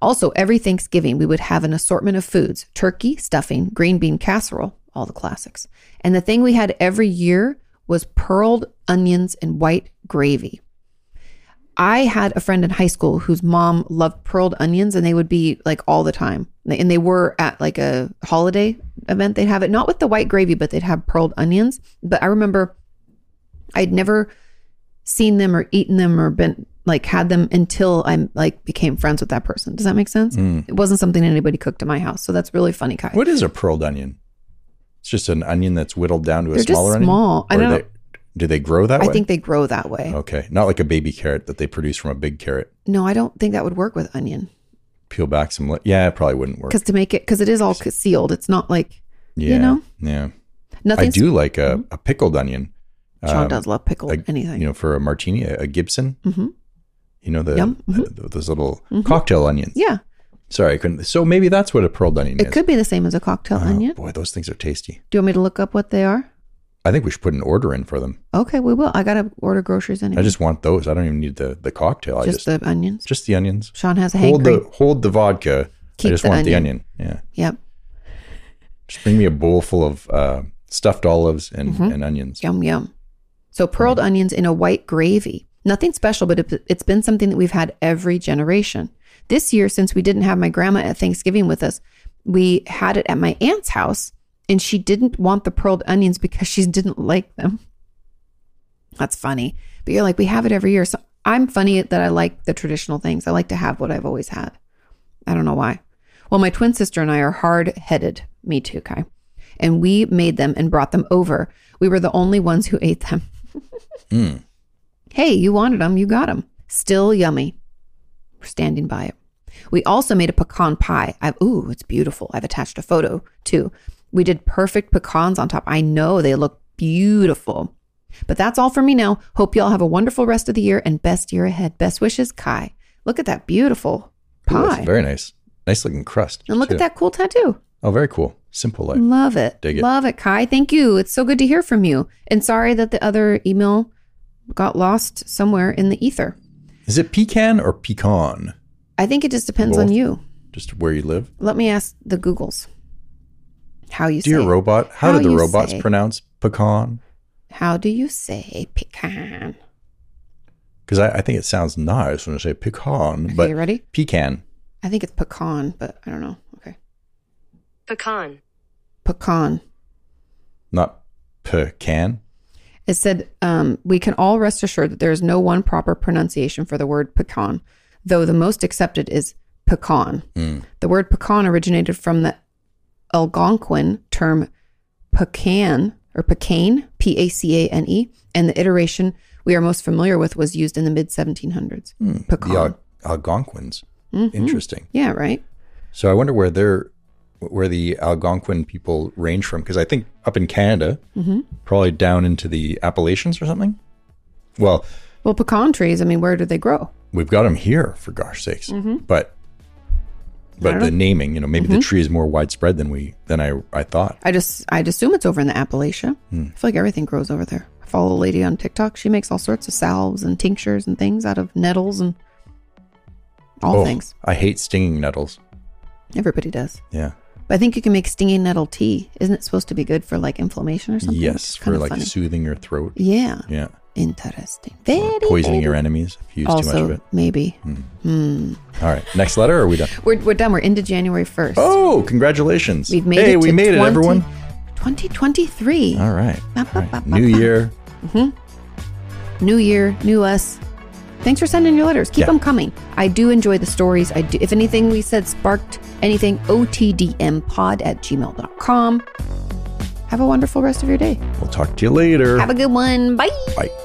Speaker 2: Also, every Thanksgiving, we would have an assortment of foods turkey, stuffing, green bean casserole, all the classics. And the thing we had every year was pearled onions and white gravy. I had a friend in high school whose mom loved pearled onions and they would be like all the time. And they were at like a holiday event. They'd have it not with the white gravy, but they'd have pearled onions. But I remember I'd never seen them or eaten them or been like had them until I like became friends with that person. Does that make sense? It wasn't something anybody cooked in my house. So that's really funny, Kai.
Speaker 1: Hmm. What is a pearled onion? It's just an onion that's whittled down to a
Speaker 2: They're just
Speaker 1: smaller onion.
Speaker 2: small. I
Speaker 1: Or
Speaker 2: don't-
Speaker 1: They, do they grow that
Speaker 2: I
Speaker 1: way?
Speaker 2: think they grow that way.
Speaker 1: Okay, not like a baby carrot that they produce from a big carrot.
Speaker 2: No, I don't think that would work with onion
Speaker 1: Peel back some. Li- yeah, it probably wouldn't work.
Speaker 2: because to make it, because it is all sealed. It's not like
Speaker 1: Yeah,
Speaker 2: know?
Speaker 1: yeah. I
Speaker 2: nothing.
Speaker 1: do like a, a pickled onion.
Speaker 2: Sean
Speaker 1: um,
Speaker 2: does love pickled
Speaker 1: like,
Speaker 2: anything.
Speaker 1: You know, for a martini, a, a Gibson.
Speaker 2: Mhm.
Speaker 1: You know the,
Speaker 2: Yum. Mm-hmm.
Speaker 1: the- those little cocktail onions.
Speaker 2: yeah.
Speaker 1: Sorry, I couldn't. So maybe that's what a pearled onion is.
Speaker 2: It could be the same as a cocktail
Speaker 1: Oh,
Speaker 2: onion.
Speaker 1: Boy, those things are tasty.
Speaker 2: Do you want me to look up what they are?
Speaker 1: I think we should put an order in for them.
Speaker 2: Okay, we will. I gotta order groceries anyway.
Speaker 1: I just want those. I don't even need the the cocktail. I
Speaker 2: just,
Speaker 1: just
Speaker 2: the onions.
Speaker 1: just the onions.
Speaker 2: Sean has a
Speaker 1: Hold
Speaker 2: hankering.
Speaker 1: the hold the vodka.
Speaker 2: Keep
Speaker 1: I just
Speaker 2: the
Speaker 1: want the onion. Yeah,
Speaker 2: yep.
Speaker 1: just bring me a bowl full of uh, stuffed olives and,
Speaker 2: Mm-hmm.
Speaker 1: and onions.
Speaker 2: Yum yum. So pearled onions in a white gravy. Nothing special, but it, it's been something that we've had every generation. This year, since we didn't have my grandma at Thanksgiving with us, we had it at my aunt's house, and she didn't want the pearled onions because she didn't like them. That's funny. But you're like, we have it every year. So I'm funny that I like the traditional things. I like to have what I've always had. I don't know why. Well, my twin sister and I are hard headed. Me too, Kai. And we made them and brought them over. We were the only ones who ate them.
Speaker 1: Hmm.
Speaker 2: Hey, you wanted them, you got them. Still yummy. We're standing by it. We also made a pecan pie. I've, ooh, it's beautiful. I've attached a photo too. We did perfect pecans on top. I know they look beautiful. But that's all for me now. Hope y'all have a wonderful rest of the year and best year ahead. Best wishes, Kai. Look at that beautiful
Speaker 1: Ooh, that's
Speaker 2: pie.
Speaker 1: very nice. Nice looking crust.
Speaker 2: And look
Speaker 1: too.
Speaker 2: at that Mm. cool tattoo.
Speaker 1: Oh, very cool. Simple life.
Speaker 2: Love it.
Speaker 1: Dig it.
Speaker 2: Love it, Kai. Thank you. It's so good to hear from you. And sorry that the other email got lost somewhere in the ether.
Speaker 1: Is it pecan or pecan?
Speaker 2: I think it just depends on
Speaker 1: Both.
Speaker 2: you.
Speaker 1: Just where you live.
Speaker 2: Let me ask the Googles how you
Speaker 1: Dear
Speaker 2: say it.
Speaker 1: robot, how,
Speaker 2: How
Speaker 1: do the
Speaker 2: you
Speaker 1: robots
Speaker 2: say.
Speaker 1: pronounce pecan?
Speaker 2: How do you say pecan?
Speaker 1: Because I, I think it sounds nice when I say pecan,
Speaker 2: Okay,
Speaker 1: but
Speaker 2: you ready?
Speaker 1: pecan.
Speaker 2: I think it's pecan, but I don't know. Okay.
Speaker 4: pecan,
Speaker 2: Pecan.
Speaker 1: not pecan.
Speaker 2: It said, um, we can all rest assured that there is no one proper pronunciation for the word pecan, though the most accepted is pecan. The word pecan originated from the Algonquin term pecan or pecan, P A C A N E, and the iteration we are most familiar with was used in the mid 1700s.
Speaker 1: The
Speaker 2: Pecan. Mm-hmm.
Speaker 1: Al- Algonquins. Interesting.
Speaker 2: Yeah, right?
Speaker 1: So I wonder where their where the Algonquin people range from? Because I think up in Canada,
Speaker 2: Mm-hmm.
Speaker 1: probably down into the Appalachians or something. Well,
Speaker 2: Well, pecan trees, I mean, where do they grow?
Speaker 1: we've got them here for gosh sakes,
Speaker 2: Mm-hmm.
Speaker 1: but but the naming, you know, maybe the tree is more widespread than we than I I thought.
Speaker 2: I just I'd assume it's over in the Appalachia.
Speaker 1: Hmm.
Speaker 2: I feel like everything grows over there. I follow a lady on TikTok. She makes all sorts of salves and tinctures and things out of nettles and all
Speaker 1: Oh,
Speaker 2: things.
Speaker 1: I hate stinging nettles.
Speaker 2: Everybody does.
Speaker 1: Yeah.
Speaker 2: But I think you can make stinging nettle tea. Isn't it supposed to be good for like inflammation or something?
Speaker 1: yes,
Speaker 2: It's kinda
Speaker 1: for like
Speaker 2: funny.
Speaker 1: soothing your throat.
Speaker 2: yeah.
Speaker 1: Yeah.
Speaker 2: Interesting. Very
Speaker 1: Poisoning
Speaker 2: very-
Speaker 1: your enemies if you use too much
Speaker 2: Also,
Speaker 1: of it. Hmm.
Speaker 2: maybe
Speaker 1: All right. Next letter or are we done?
Speaker 2: we're, we're done. We're into January first.
Speaker 1: Oh, congratulations.
Speaker 2: We've made
Speaker 1: hey,
Speaker 2: it.
Speaker 1: we
Speaker 2: to
Speaker 1: made it,
Speaker 2: 20
Speaker 1: everyone.
Speaker 2: 2023.
Speaker 1: All right.
Speaker 2: Ba, ba,
Speaker 1: All right.
Speaker 2: ba, ba,
Speaker 1: New
Speaker 2: ba.
Speaker 1: year.
Speaker 2: new year, new us. Thanks for sending your letters. Keep
Speaker 1: Yeah.
Speaker 2: them coming. I do enjoy the stories. I do. If anything we said sparked anything, otdmpod at gmail.com. Have a wonderful rest of your day.
Speaker 1: We'll talk to you later.
Speaker 2: Have a good one. Bye.
Speaker 1: Bye.